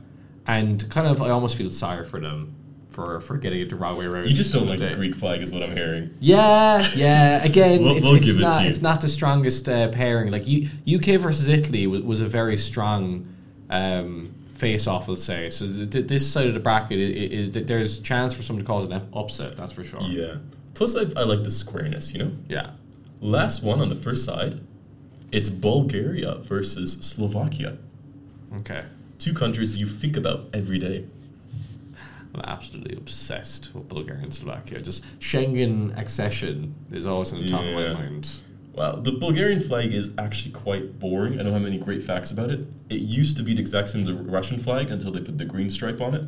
Speaker 2: and kind of I almost feel sorry for them for for getting it the wrong way around.
Speaker 1: You just don't like
Speaker 2: today.
Speaker 1: the Greek flag, is what I'm hearing.
Speaker 2: Yeah, yeah. Again,
Speaker 1: We'll-
Speaker 2: it's,
Speaker 1: we'll
Speaker 2: it's
Speaker 1: give it to
Speaker 2: not
Speaker 1: you.
Speaker 2: it's not the strongest uh, pairing. Like U- UK versus Italy was, was a very strong um, face off. I'll say so. Th- th- this side of the bracket is, is that there's chance for someone to cause an up- upset. That's for sure.
Speaker 1: Yeah. Plus, I, I like the squareness, you know?
Speaker 2: Yeah.
Speaker 1: Last one on the first side, it's Bulgaria versus Slovakia.
Speaker 2: Okay.
Speaker 1: Two countries you think about every day.
Speaker 2: I'm absolutely obsessed with Bulgaria and Slovakia. Just Schengen accession is always in the top
Speaker 1: Yeah.
Speaker 2: of my mind.
Speaker 1: Wow, the Bulgarian flag is actually quite boring. I don't have any great facts about it. It used to be the exact same as the Russian flag until they put the green stripe on it.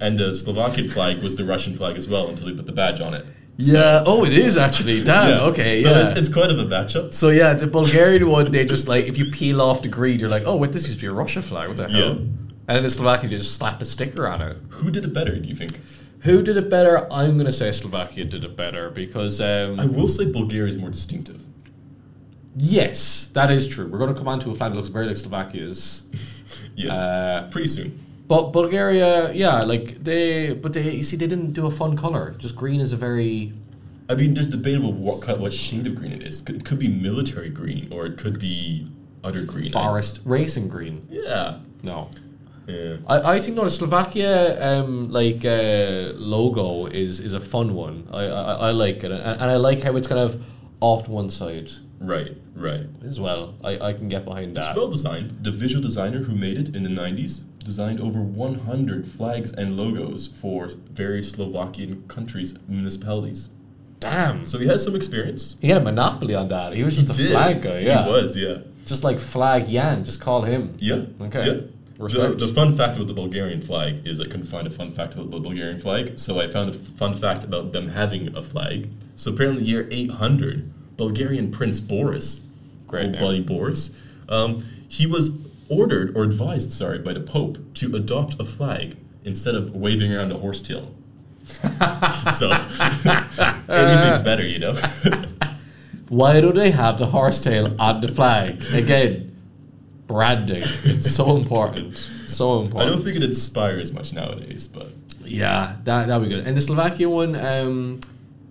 Speaker 1: And the Slovakian flag was the Russian flag as well until they put the badge on it.
Speaker 2: Yeah. Oh, it is actually.
Speaker 1: So
Speaker 2: Damn.
Speaker 1: it's, it's quite of a matchup.
Speaker 2: So yeah, the Bulgarian one, they just like if you peel off the green, you're like, oh wait, this used to be a Russia flag. What the hell?
Speaker 1: Yeah.
Speaker 2: And then in Slovakia, they just slapped a sticker on it.
Speaker 1: Who did it better, do you think?
Speaker 2: Who did it better? I'm gonna say Slovakia did it better because
Speaker 1: I
Speaker 2: um,
Speaker 1: will say Bulgaria is more distinctive.
Speaker 2: yes, that is true. We're gonna come on to a flag that looks very like Slovakia's.
Speaker 1: Yes.
Speaker 2: Uh,
Speaker 1: Pretty soon.
Speaker 2: But Bulgaria, yeah, like they, but they, you see, they didn't do a fun color. Just green is a very
Speaker 1: I mean, there's debatable what cut, what shade of green it is. It could be military green or it could be other green. I-
Speaker 2: forest racing green.
Speaker 1: yeah.
Speaker 2: No,
Speaker 1: Yeah.
Speaker 2: I, I think no, the Slovakia um, like uh, logo is is a fun one. I I, I like it, and, and I like how it's kind of off to one side
Speaker 1: Right, right.
Speaker 2: as well. I, I can get behind
Speaker 1: It's
Speaker 2: that.
Speaker 1: well designed. The visual designer who made it in the 90s designed over 100 flags and logos for various Slovakian countries' municipalities.
Speaker 2: Damn,
Speaker 1: So he has some experience.
Speaker 2: he had a monopoly on that. He was
Speaker 1: He
Speaker 2: just a flag guy. Yeah,
Speaker 1: He was, yeah.
Speaker 2: just like flag Yan. Just call him.
Speaker 1: Yeah.
Speaker 2: Okay.
Speaker 1: Yeah. The,
Speaker 2: Respect.
Speaker 1: the fun fact about the Bulgarian flag is I couldn't find a fun fact about the Bulgarian flag, so I found a f- fun fact about them having a flag. So apparently, year 800, Bulgarian Prince Boris,
Speaker 2: Great
Speaker 1: old
Speaker 2: name.
Speaker 1: buddy Boris, um, he was ordered or advised, sorry, by the Pope to adopt a flag instead of waving around a horse tail. so anything's better, you know.
Speaker 2: Why do they have the horse tail on the flag again? Branding. It's so important. So
Speaker 1: I
Speaker 2: important.
Speaker 1: don't think it inspires much nowadays, but
Speaker 2: Yeah, that that'd be good. And the Slovakia one, um,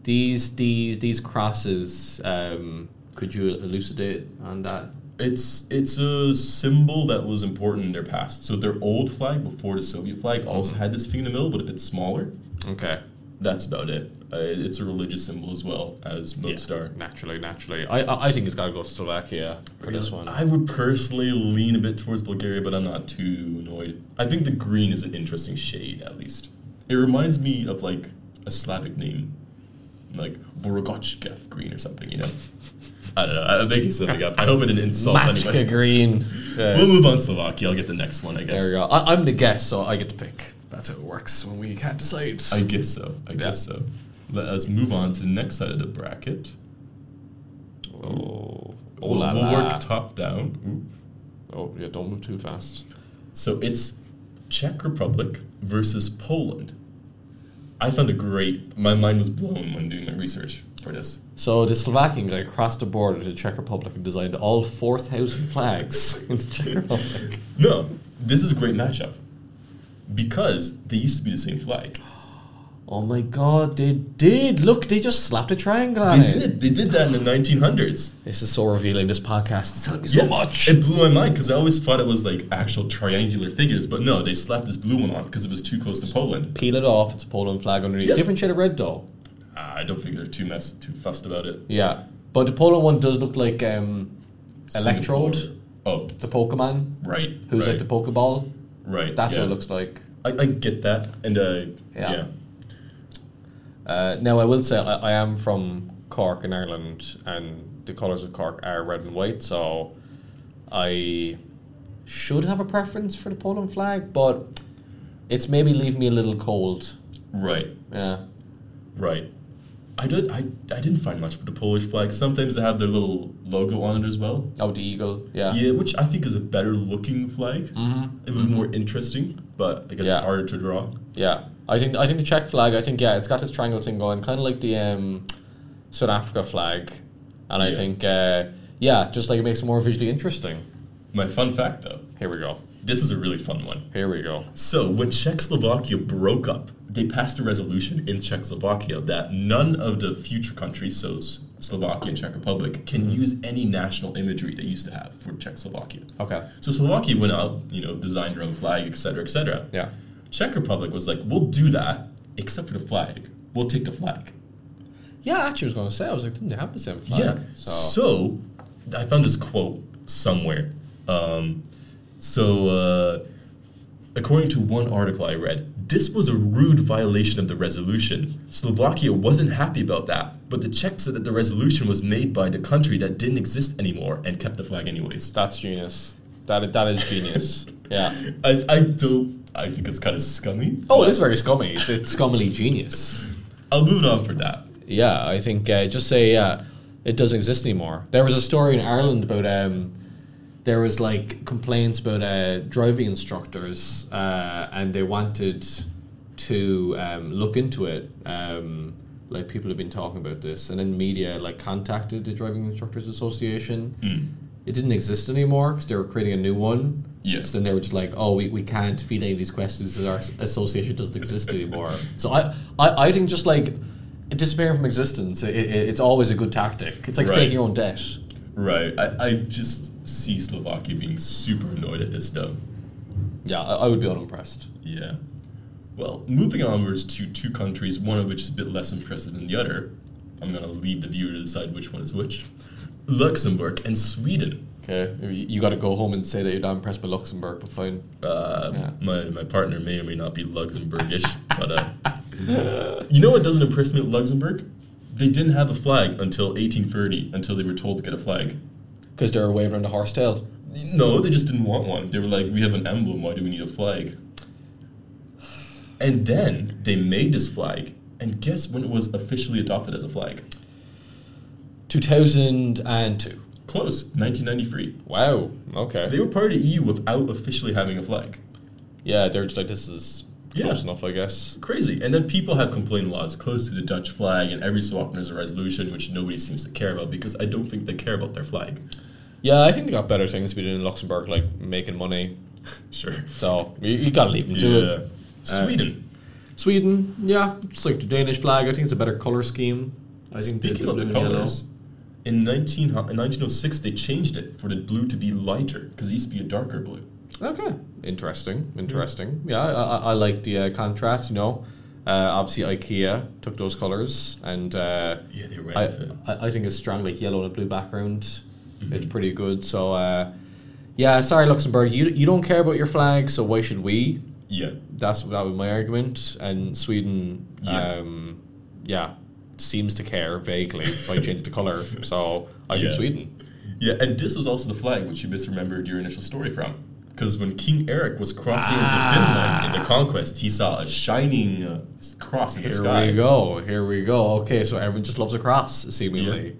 Speaker 2: these these these crosses. Um, could you elucidate on that?
Speaker 1: It's it's a symbol that was important in their past. So their old flag before the Soviet flag also had this thing in the middle, but a bit smaller.
Speaker 2: Okay.
Speaker 1: That's about it. Uh, it's a religious symbol as well as most are.
Speaker 2: Naturally, naturally. I I, I think it's got to go to Slovakia for this one.
Speaker 1: I would personally lean a bit towards Bulgaria, but I'm not too annoyed. I think the green is an interesting shade, at least. It reminds me of like a Slavic name, like Borogochkev green or something. You know, I don't know. I'm making something up. I hope it didn't insult
Speaker 2: Machka
Speaker 1: anyone.
Speaker 2: green. Yeah.
Speaker 1: We'll move on to Slovakia. I'll get the next one, I guess.
Speaker 2: there we go. I, I'm the guest, so I get to pick. That's how it works when we can't decide.
Speaker 1: I guess so. I guess so. Let us move on to the next side of the bracket.
Speaker 2: oh, oh
Speaker 1: we'll
Speaker 2: la
Speaker 1: we'll
Speaker 2: la.
Speaker 1: work top down.
Speaker 2: Oh yeah, don't move too fast.
Speaker 1: Ooh. So it's Czech Republic versus Poland. I found a great. My mind was blown when doing my research for this.
Speaker 2: So the Slovakian guy crossed the border to the Czech Republic and designed all four thousand flags in the Czech Republic.
Speaker 1: No, this is a great matchup because they used to be the same flag.
Speaker 2: Oh my god, they did! Look, they just slapped a triangle on
Speaker 1: They
Speaker 2: it.
Speaker 1: did. They did that in the 1900s.
Speaker 2: This is so revealing. This podcast is telling me
Speaker 1: Yeah,
Speaker 2: so much.
Speaker 1: It blew my mind because I always thought it was like actual triangular figures, but no, they slapped this blue one on because it was too close to Poland.
Speaker 2: Peel it off. It's a Poland flag underneath.
Speaker 1: Yeah.
Speaker 2: Different shade of red though.
Speaker 1: Uh, I don't think they're too mess too fussed about it.
Speaker 2: Yeah, but the Poland one does look like um, Electrode,
Speaker 1: Singapore. Oh,
Speaker 2: the Pokemon,
Speaker 1: right.
Speaker 2: who's
Speaker 1: right,
Speaker 2: like the Pokeball.
Speaker 1: right?
Speaker 2: That's
Speaker 1: yeah.
Speaker 2: what it looks like.
Speaker 1: I, I get that, and uh, yeah.
Speaker 2: Yeah. Uh, now I will say I, I am from Cork in Ireland, and the colours of Cork are red and white, so I should have a preference for the Poland flag, but it's maybe leaving me a little cold.
Speaker 1: right,
Speaker 2: Yeah,
Speaker 1: right. I did. I, I didn't find much with the Polish flag. Sometimes they have their little logo on it as well.
Speaker 2: oh the eagle. Yeah, Mm-hmm.
Speaker 1: Yeah, which I think is a better looking flag. It would be more interesting, but I guess
Speaker 2: Yeah.
Speaker 1: it's harder to draw.
Speaker 2: Yeah, I think I think the Czech flag. I think yeah, it's got this triangle thing going, kind of like the um, South Africa flag, and I
Speaker 1: Yeah.
Speaker 2: think uh, yeah, just like it makes it more visually interesting.
Speaker 1: My fun fact, though,
Speaker 2: Here we go.
Speaker 1: this is a really fun one.
Speaker 2: Here we go.
Speaker 1: So, when Czechoslovakia broke up, they passed a resolution in Czechoslovakia that none of the future countries, so S- Slovakia and Czech Republic, can use any national imagery they used to have for Czechoslovakia.
Speaker 2: Okay.
Speaker 1: So, Slovakia went out, you know, designed their own flag, etc., etc.
Speaker 2: Yeah.
Speaker 1: Czech Republic was like, we'll do that, except for the flag. We'll take the flag.
Speaker 2: Yeah, actually, I was going to say I was like, didn't they have the same flag?
Speaker 1: Yeah.
Speaker 2: So
Speaker 1: So, I found this quote somewhere. Um, so, uh, according to one article I read, this was a rude violation of the resolution. Slovakia wasn't happy about that, but the Czechs said that the resolution was made by the country that didn't exist anymore and kept the flag anyways.
Speaker 2: that's genius. That i- that is genius. yeah.
Speaker 1: I, I don't. I think it's kind of scummy.
Speaker 2: Oh,
Speaker 1: but
Speaker 2: it is very scummy. It's, it's scummily genius.
Speaker 1: I'll move it on for that.
Speaker 2: Yeah, I think uh, just say yeah, it doesn't exist anymore. There was a story in Ireland about um, there was like complaints about uh, driving instructors, uh, and they wanted to um, look into it. Um, like people have been talking about this, and then media like contacted the Driving Instructors Association.
Speaker 1: Hmm,
Speaker 2: It didn't exist anymore because they were creating a new one.
Speaker 1: Yeah.
Speaker 2: So then they were just like, "Oh, we, we can't feed any of these questions. 'cause Our s- association doesn't exist anymore." so I, I I think just like disappearing from existence, i i it's always a good tactic. It's like
Speaker 1: Right.
Speaker 2: faking your own death.
Speaker 1: Right. I, I just see Slovakia being super annoyed at this, though.
Speaker 2: Yeah, I, I would be unimpressed.
Speaker 1: Yeah. Well, moving onwards to two countries, one of which is a bit less impressive than the other. I'm going to leave the viewer to decide which one is which. Luxembourg and Sweden.
Speaker 2: Okay, you, you got to go home and say that you're not impressed by Luxembourg, but fine.
Speaker 1: Uh,
Speaker 2: Yeah.
Speaker 1: my, my partner may or may not be Luxembourgish, but uh, you know what doesn't impress me at Luxembourg? They didn't have a flag until 1830, until they were told to get a flag.
Speaker 2: Because they're waving on a horse tail.
Speaker 1: No, they just didn't want one. They were like, we have an emblem, why do we need a flag? And then they made this flag, and guess when it was officially adopted as a flag?
Speaker 2: 2002.
Speaker 1: Close, 1993.
Speaker 2: Wow, okay.
Speaker 1: They were part of the EU without officially having a flag.
Speaker 2: Yeah, they're just like, this is
Speaker 1: Yeah.
Speaker 2: close enough, I guess.
Speaker 1: Crazy. And then people have complained a lot. It's close to the Dutch flag, and every so often there's a resolution which nobody seems to care about because I don't think they care about their flag.
Speaker 2: Yeah, I think they got better things to be doing in Luxembourg, like making money.
Speaker 1: Sure.
Speaker 2: So you, you got to leave them to
Speaker 1: Yeah.
Speaker 2: it. Uh,
Speaker 1: Sweden.
Speaker 2: Sweden, yeah, it's like the Danish flag. I think it's a better color scheme. I think the-
Speaker 1: Speaking of the
Speaker 2: blue and yellow-
Speaker 1: colors, in, 19, hu- in 1906 they changed it for the blue to be lighter because it used to be a darker blue.
Speaker 2: Okay, interesting, interesting. Yeah, I, I, I like the uh, contrast. You know, uh, obviously IKEA took those colors, and uh,
Speaker 1: Yeah, they were
Speaker 2: I,
Speaker 1: into it.
Speaker 2: I I think it's strong, like yellow and a blue background. It's pretty good. So, uh, yeah, sorry Luxembourg, you you don't care about your flag, so why should we?
Speaker 1: Yeah.
Speaker 2: That's that was my argument. And Sweden,
Speaker 1: Yeah.
Speaker 2: um, yeah, seems to care vaguely by changing the color. So I
Speaker 1: Yeah.
Speaker 2: think Sweden.
Speaker 1: Yeah, and this was also the flag which you misremembered your initial story from. Because when King Eric was crossing
Speaker 2: Ah.
Speaker 1: into Finland in the conquest, he saw a shining uh, s- cross in the
Speaker 2: Here
Speaker 1: sky.
Speaker 2: we go. Here we go. Okay, so everyone just loves a cross, seemingly.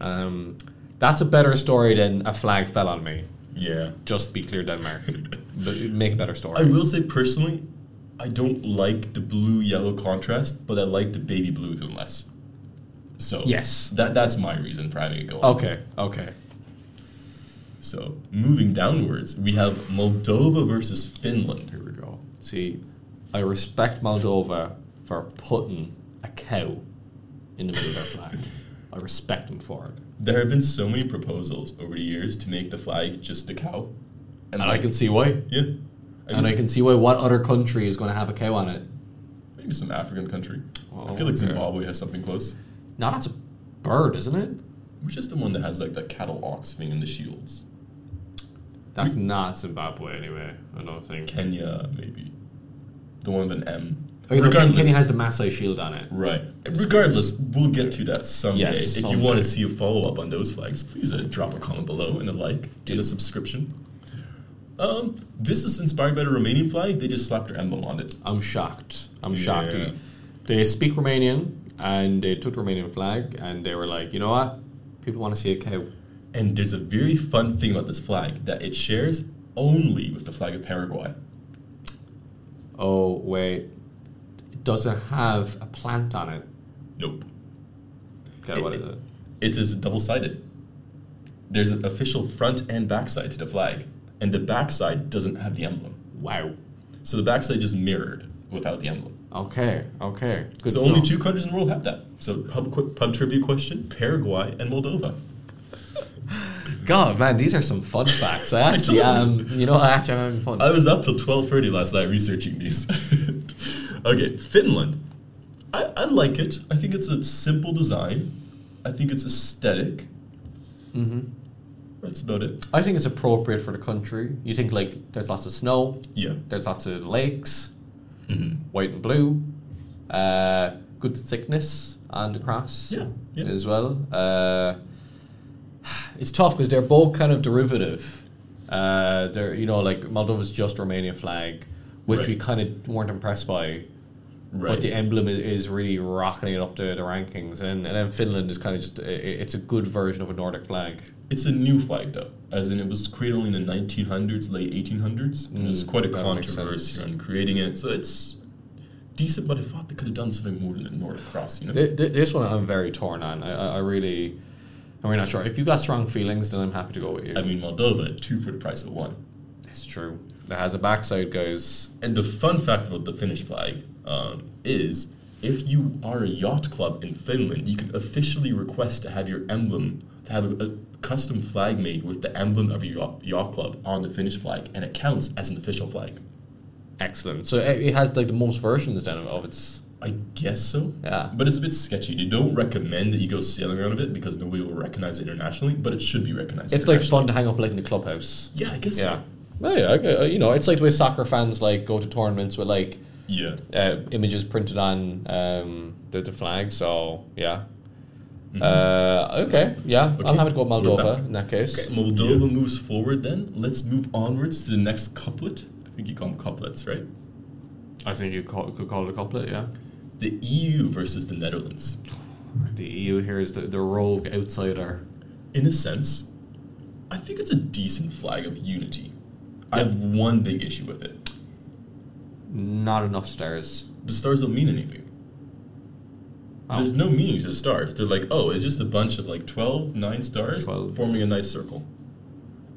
Speaker 2: Um, that's a better story than a flag fell on me.
Speaker 1: Yeah.
Speaker 2: Just be clear, Denmark. but make a better story.
Speaker 1: I will say personally, I don't like the blue yellow contrast, but I like the baby blue even less. So
Speaker 2: Yes.
Speaker 1: that that's my reason for having it go. on.
Speaker 2: okay. Okay.
Speaker 1: So moving downwards, we have Moldova versus Finland.
Speaker 2: Here we go. See, I respect Moldova for putting a cow in the middle of their flag. I respect them for it.
Speaker 1: There have been so many proposals over the years to make the flag just a cow,
Speaker 2: And I can see why.
Speaker 1: yeah, I mean,
Speaker 2: And I can see why what other country is going to have a cow on it.
Speaker 1: maybe some African country. I
Speaker 2: Oh,
Speaker 1: feel like
Speaker 2: okay.
Speaker 1: Zimbabwe has something close,
Speaker 2: Now that's a bird, isn't it?
Speaker 1: which is the one that has like that cattle ox thing in the shields.
Speaker 2: That's not Zimbabwe anyway, I don't think.
Speaker 1: Kenya maybe, the one with an M.
Speaker 2: Okay, no, Ken-
Speaker 1: Regardless-
Speaker 2: Kenny has the Maasai shield on it.
Speaker 1: Right. Regardless, we'll get to that someday.
Speaker 2: Yes,
Speaker 1: if
Speaker 2: someday.
Speaker 1: you want to see a follow up on those flags, please uh, drop a comment below and a like and a subscription. Um, this is inspired by the Romanian flag. They just slapped their emblem on it.
Speaker 2: I'm shocked. I'm shocked.
Speaker 1: Yeah.
Speaker 2: They speak Romanian and they took the Romanian flag and they were like, you know what? People want to see a cow.
Speaker 1: And there's a very fun thing about this flag that it shares only with the flag of Paraguay.
Speaker 2: Oh, wait. It doesn't have a plant on it.
Speaker 1: Nope.
Speaker 2: Okay, what is it?
Speaker 1: It is double sided. There's an official front and backside to the flag, and the backside doesn't have the emblem.
Speaker 2: Wow.
Speaker 1: So the backside is mirrored without the emblem.
Speaker 2: Okay, okay. Good
Speaker 1: so
Speaker 2: to
Speaker 1: only
Speaker 2: know.
Speaker 1: two countries in the world have that. So pub, quick pub trivia question: Paraguay and Moldova.
Speaker 2: God, man, these are some fun facts. I
Speaker 1: told
Speaker 2: actually
Speaker 1: you. Oh.
Speaker 2: am, you know, I actually am having fun.
Speaker 1: I was up till twelve thirty last night researching these. okay, Finland. I, I like it. I think it's a simple design. I think it's aesthetic.
Speaker 2: hmm
Speaker 1: That's about it.
Speaker 2: I think it's appropriate for the country. You think, like, there's lots of snow,
Speaker 1: Yeah.
Speaker 2: There's lots of lakes,
Speaker 1: Mm-hmm.
Speaker 2: white and blue. Uh, good thickness on the cross
Speaker 1: Yeah, yeah.
Speaker 2: as well. Uh, it's tough because they're both kind of derivative. Uh, they're you know like Moldova's just Romanian flag, which we
Speaker 1: Right.
Speaker 2: kind of weren't impressed by. But
Speaker 1: Right.
Speaker 2: the emblem i- is really rocketing it up the, the rankings, and, and then Finland is kind of just i- i it's a good version of a Nordic flag.
Speaker 1: it's a new flag though, as in it was created only in the nineteen hundreds, late eighteen hundreds, and there's
Speaker 2: Mm,
Speaker 1: quite a
Speaker 2: that makes
Speaker 1: controversy
Speaker 2: sense.
Speaker 1: around creating it. So it's decent, but I thought they could have done something more than a Nordic cross. You know.
Speaker 2: Th- th- This one I'm very torn on. I, I- I really, I'm really not sure. If you got strong feelings, then I'm happy to go with you.
Speaker 1: I mean, Moldova two for the price of one.
Speaker 2: That's true. That has a backside, guys.
Speaker 1: And the fun fact about the Finnish flag um, is if you are a yacht club in Finland, you can officially request to have your emblem, to have a, a custom flag made with the emblem of your yacht, yacht club on the Finnish flag, and it counts as an official flag.
Speaker 2: Excellent. So it it has like the most versions then of- of its.
Speaker 1: I guess so.
Speaker 2: Yeah.
Speaker 1: But it's a bit sketchy. They don't recommend that you go sailing around of it because nobody will recognize it internationally, but it should be recognized.
Speaker 2: It's like
Speaker 1: internationally.
Speaker 2: fun to hang up like in the clubhouse.
Speaker 1: Yeah, I guess so.
Speaker 2: Oh, yeah, okay, uh, you know, it's like the way soccer fans like go to tournaments with like
Speaker 1: Yeah.
Speaker 2: uh, images printed on um, the, the flag. So yeah, uh, okay, yeah,
Speaker 1: Okay,
Speaker 2: I'm happy to go with
Speaker 1: we're
Speaker 2: Moldova
Speaker 1: back.
Speaker 2: in that case.
Speaker 1: Moldova moves forward then. Let's move onwards to the next couplet. I think you call them couplets, right?
Speaker 2: I think you call, could call it a couplet, yeah.
Speaker 1: The EU versus the Netherlands.
Speaker 2: The EU here is the, the rogue outsider.
Speaker 1: In a sense, I think it's a decent flag of unity. I have one big issue with it.
Speaker 2: Not enough stars.
Speaker 1: The stars don't mean anything.
Speaker 2: Oh.
Speaker 1: There's no meaning to the stars. They're like, oh, it's just a bunch of like 12, 9 stars
Speaker 2: 12.
Speaker 1: forming a nice circle.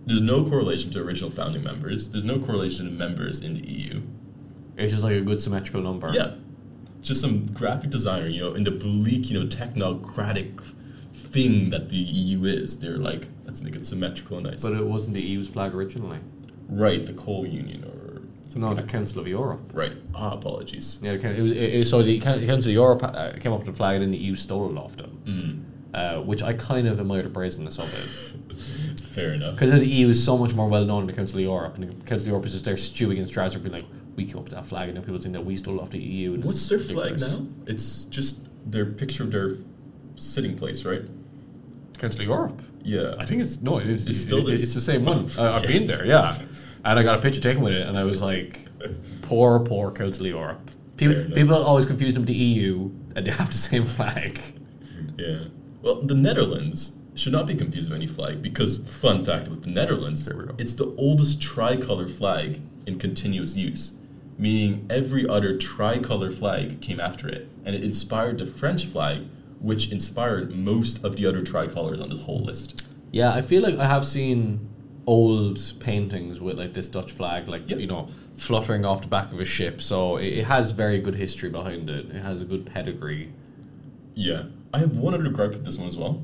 Speaker 1: There's no correlation to original founding members. There's no correlation to members in the E EU.
Speaker 2: It's just like a good symmetrical number.
Speaker 1: Yeah. Just some graphic designer, you know, in the bleak, you know, technocratic thing that the EU is. They're like, let's make it symmetrical and nice.
Speaker 2: But it wasn't the EU's flag originally.
Speaker 1: right, the coal union or
Speaker 2: No, the Council of Europe.
Speaker 1: right. Ah, apologies.
Speaker 2: Yeah, the coun- it was, it, it, so the coun- Council of Europe uh, came up with the flag and then the EU stole it off them.
Speaker 1: Mm.
Speaker 2: Uh, which I kind of admire the brazenness of it.
Speaker 1: Fair enough.
Speaker 2: Because the EU is so much more well known than the Council of Europe. And the Council of Europe is just there stewing in Strasbourg being like, we came up with that flag and then people think that we stole it off the EU. And
Speaker 1: What's
Speaker 2: it's
Speaker 1: their flag
Speaker 2: ridiculous.
Speaker 1: now? It's just their picture of their sitting place, right?
Speaker 2: Council of Europe.
Speaker 1: Yeah.
Speaker 2: I think it's no, it is,
Speaker 1: It's still
Speaker 2: it-
Speaker 1: this.
Speaker 2: it's the same one. I, I've been there, yeah, and I got a picture taken with it, and I was like, poor, poor Council of Europe.
Speaker 1: Fair
Speaker 2: People,
Speaker 1: enough.
Speaker 2: people always confuse them with the EU, and they have the same flag.
Speaker 1: Yeah. Well, the Netherlands should not be confused with any flag because, fun fact with the Netherlands,
Speaker 2: There we go.
Speaker 1: it's the oldest tricolor flag in continuous use, meaning every other tricolor flag came after it, and it inspired the French flag, which inspired most of the other tricolors on this whole list.
Speaker 2: Yeah, I feel like I have seen old paintings with like this Dutch flag, like
Speaker 1: Yeah.
Speaker 2: you know, fluttering off the back of a ship. So it, it has very good history behind it. It has a good pedigree.
Speaker 1: Yeah. I have one other gripe with this one as well.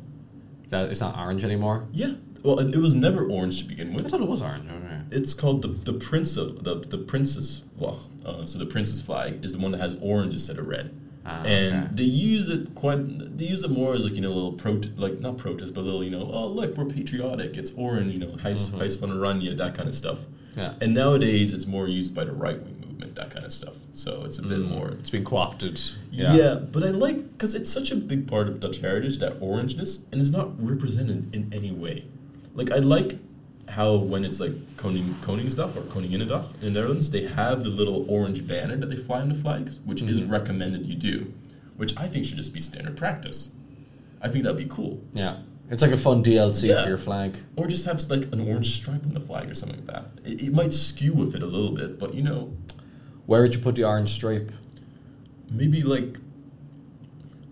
Speaker 2: That it's not orange anymore.
Speaker 1: Yeah. Well, it it was never orange to begin
Speaker 2: I
Speaker 1: with.
Speaker 2: thought it was orange. Okay.
Speaker 1: It's called the the prince of the the princess. Well, uh, so the prince's flag is the one that has orange instead of red,
Speaker 2: Ah,
Speaker 1: and
Speaker 2: okay.
Speaker 1: they use it quite. They use it more as like you know a little pro like not protest, but a little you know oh look we're patriotic. It's orange, you know, heist heist fun run yeah that kind of stuff.
Speaker 2: Yeah.
Speaker 1: And nowadays it's more used by the right wing movement that kind of stuff. So it's a bit more.
Speaker 2: It's been co-opted.
Speaker 1: Yeah. but I like because it's such a big part of Dutch heritage that orangeness, and it's not represented in any way. Like I like how when it's like Koning Koningsdag or Koninginnedag in the Netherlands, they have the little orange banner that they fly on the flags, which is recommended you do, which I think should just be standard practice. I think that'd be cool,
Speaker 2: Yeah. It's like a fun DLC
Speaker 1: Yeah.
Speaker 2: for your flag.
Speaker 1: or just have like an orange stripe on the flag or something like that. It, it might skew with it a little bit, but you know,
Speaker 2: Where would you put the orange stripe?
Speaker 1: maybe like.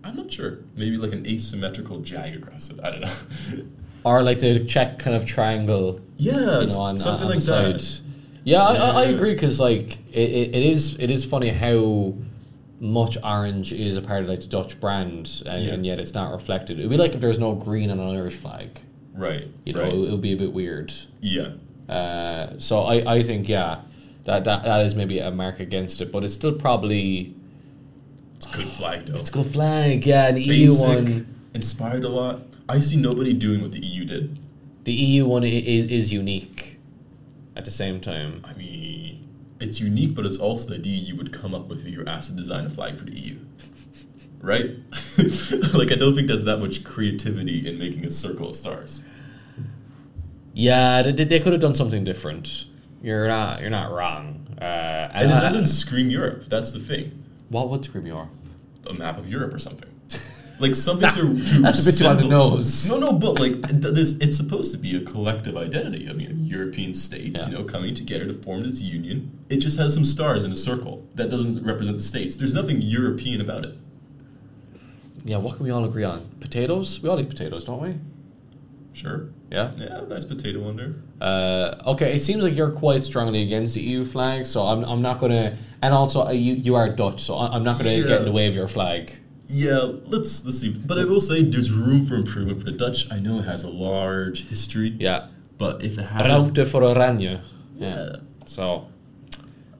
Speaker 1: I'm not sure. Maybe like an asymmetrical jag across it. I don't know.
Speaker 2: Or like the Czech kind of triangle,
Speaker 1: Yeah,
Speaker 2: you
Speaker 1: s-
Speaker 2: know, on,
Speaker 1: something
Speaker 2: on
Speaker 1: like
Speaker 2: the
Speaker 1: that.
Speaker 2: side. Yeah, I, I, I
Speaker 1: Yeah.
Speaker 2: agree because like it, it, it is it is funny how much orange is a part of like the Dutch brand and,
Speaker 1: Yeah.
Speaker 2: and yet it's not reflected. It'd be like if there's no green on an Irish flag.
Speaker 1: Right.
Speaker 2: You know,
Speaker 1: right.
Speaker 2: it, would be a bit weird.
Speaker 1: Yeah.
Speaker 2: Uh, so I, I think yeah, that, that that is maybe a mark against it, but it's still probably
Speaker 1: It's a good flag though.
Speaker 2: it's a good flag. Yeah, the EU
Speaker 1: Basic,
Speaker 2: one,
Speaker 1: inspired a lot. I see nobody doing what the EU did.
Speaker 2: the EU one i- is is unique. At the same time,
Speaker 1: I mean, it's unique, but it's also the idea you would come up with if you were asked to design a flag for the EU. Right? like, I don't think there's that much creativity in making a circle of stars.
Speaker 2: Yeah, they, they could have done something different. You're not you're not wrong. Uh,
Speaker 1: And
Speaker 2: and
Speaker 1: it
Speaker 2: I-
Speaker 1: doesn't scream Europe. That's the thing.
Speaker 2: What would scream you are?
Speaker 1: A map of Europe or something. Like, something to, to.
Speaker 2: That's a bit too on the
Speaker 1: resemble-
Speaker 2: nose.
Speaker 1: No, no, but like, th- there's, it's supposed to be a collective identity. I mean, European states, you
Speaker 2: Yeah.
Speaker 1: know, coming together to form this union. It just has some stars in a circle that doesn't represent the states. There's nothing European about it.
Speaker 2: Yeah, what can we all agree on? Potatoes? We all eat potatoes, don't we?
Speaker 1: Sure.
Speaker 2: Yeah.
Speaker 1: Yeah, nice potato one there.
Speaker 2: E Uh, okay, it seems like you're quite strongly against the EU flag, so I'm, I'm not gonna And also, uh, you you are Dutch, so I- I'm not going to
Speaker 1: Yeah.
Speaker 2: get in the way of your flag.
Speaker 1: Yeah, let's let's see. But I will say there's room for improvement for the Dutch. I know it has a large history.
Speaker 2: Yeah,
Speaker 1: But if it has
Speaker 2: ruimte for Oranje.
Speaker 1: Yeah.
Speaker 2: Yeah. So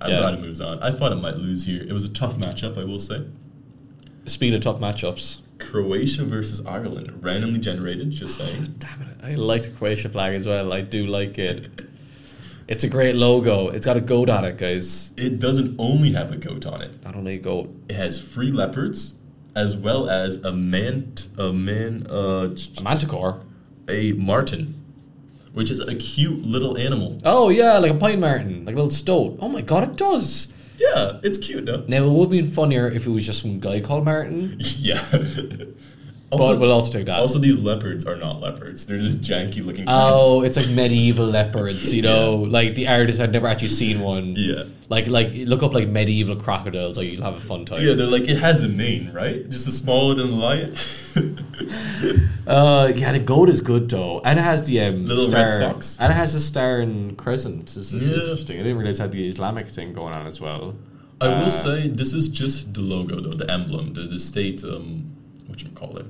Speaker 1: I'm
Speaker 2: Yeah.
Speaker 1: glad it moves on. I thought it might lose here. It was a tough matchup, I will say.
Speaker 2: speed of tough matchups.
Speaker 1: Croatia versus Ireland, randomly generated, just saying.
Speaker 2: Damn it! I like the Croatia flag as well. I do like it. It's a great logo. It's got a goat on it, guys.
Speaker 1: It doesn't only have a goat on it.
Speaker 2: Not only a goat.
Speaker 1: It has three leopards, as well as a man, a man, uh, ch-
Speaker 2: A manticore.
Speaker 1: a martin, which is a cute little animal.
Speaker 2: Oh yeah, like a pine martin, like a little stoat. Oh my god, it does.
Speaker 1: Yeah, it's cute, no?
Speaker 2: Now it would be funnier if it was just some guy called Martin.
Speaker 1: Yeah.
Speaker 2: But we'll
Speaker 1: also,
Speaker 2: also take that.
Speaker 1: also, these leopards are not leopards. They're just janky looking.
Speaker 2: oh, it's like medieval leopards, you know. Like the artist had never actually seen one.
Speaker 1: cats. Yeah.
Speaker 2: Like like look up like medieval crocodiles, like you'll have a fun time.
Speaker 1: Yeah, they're like, it has a mane, right? Just a smaller than the lion.
Speaker 2: Uh, yeah, the goat is good though, and it has the um,
Speaker 1: Little
Speaker 2: star,
Speaker 1: red socks.
Speaker 2: and it has the star and crescent. This is
Speaker 1: Yeah.
Speaker 2: interesting. I didn't realize it had the Islamic thing going on as well.
Speaker 1: I
Speaker 2: Uh,
Speaker 1: will say this is just the logo though, the emblem, the, the state um what you call it,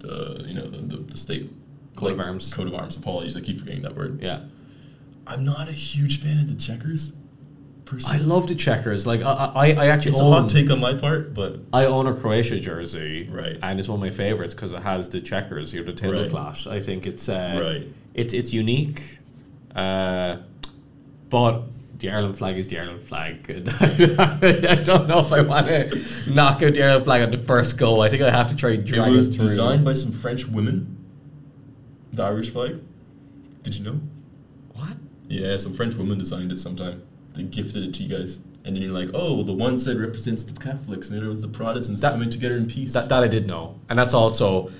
Speaker 1: the you know the, the, the state
Speaker 2: Coat of arms.
Speaker 1: Coat of arms. Apologies, I keep forgetting that word.
Speaker 2: Yeah,
Speaker 1: I'm not a huge fan of the checkers. Personally,
Speaker 2: I love the checkers. Like I, I, I actually
Speaker 1: it's a
Speaker 2: own,
Speaker 1: hot take on my part, but
Speaker 2: I own a Croatia jersey,
Speaker 1: Right.
Speaker 2: And it's one of my favorites because it has the checkers, you know, the tablecloth. I think it's uh,
Speaker 1: Right.
Speaker 2: It's it's unique, uh, but the Ireland flag is the Ireland flag. And I don't know if I want to knock out the Ireland flag at the first go. I think I have to try and drag
Speaker 1: it was
Speaker 2: through.
Speaker 1: designed by some French women. The Irish flag. Did you know?
Speaker 2: What?
Speaker 1: Yeah, some French woman designed it sometime. They gifted it to you guys, and then you're like, oh, well, the one side represents the Catholics, and the other one's the Protestants
Speaker 2: That-
Speaker 1: coming together in peace.
Speaker 2: That, that I did know, and that's also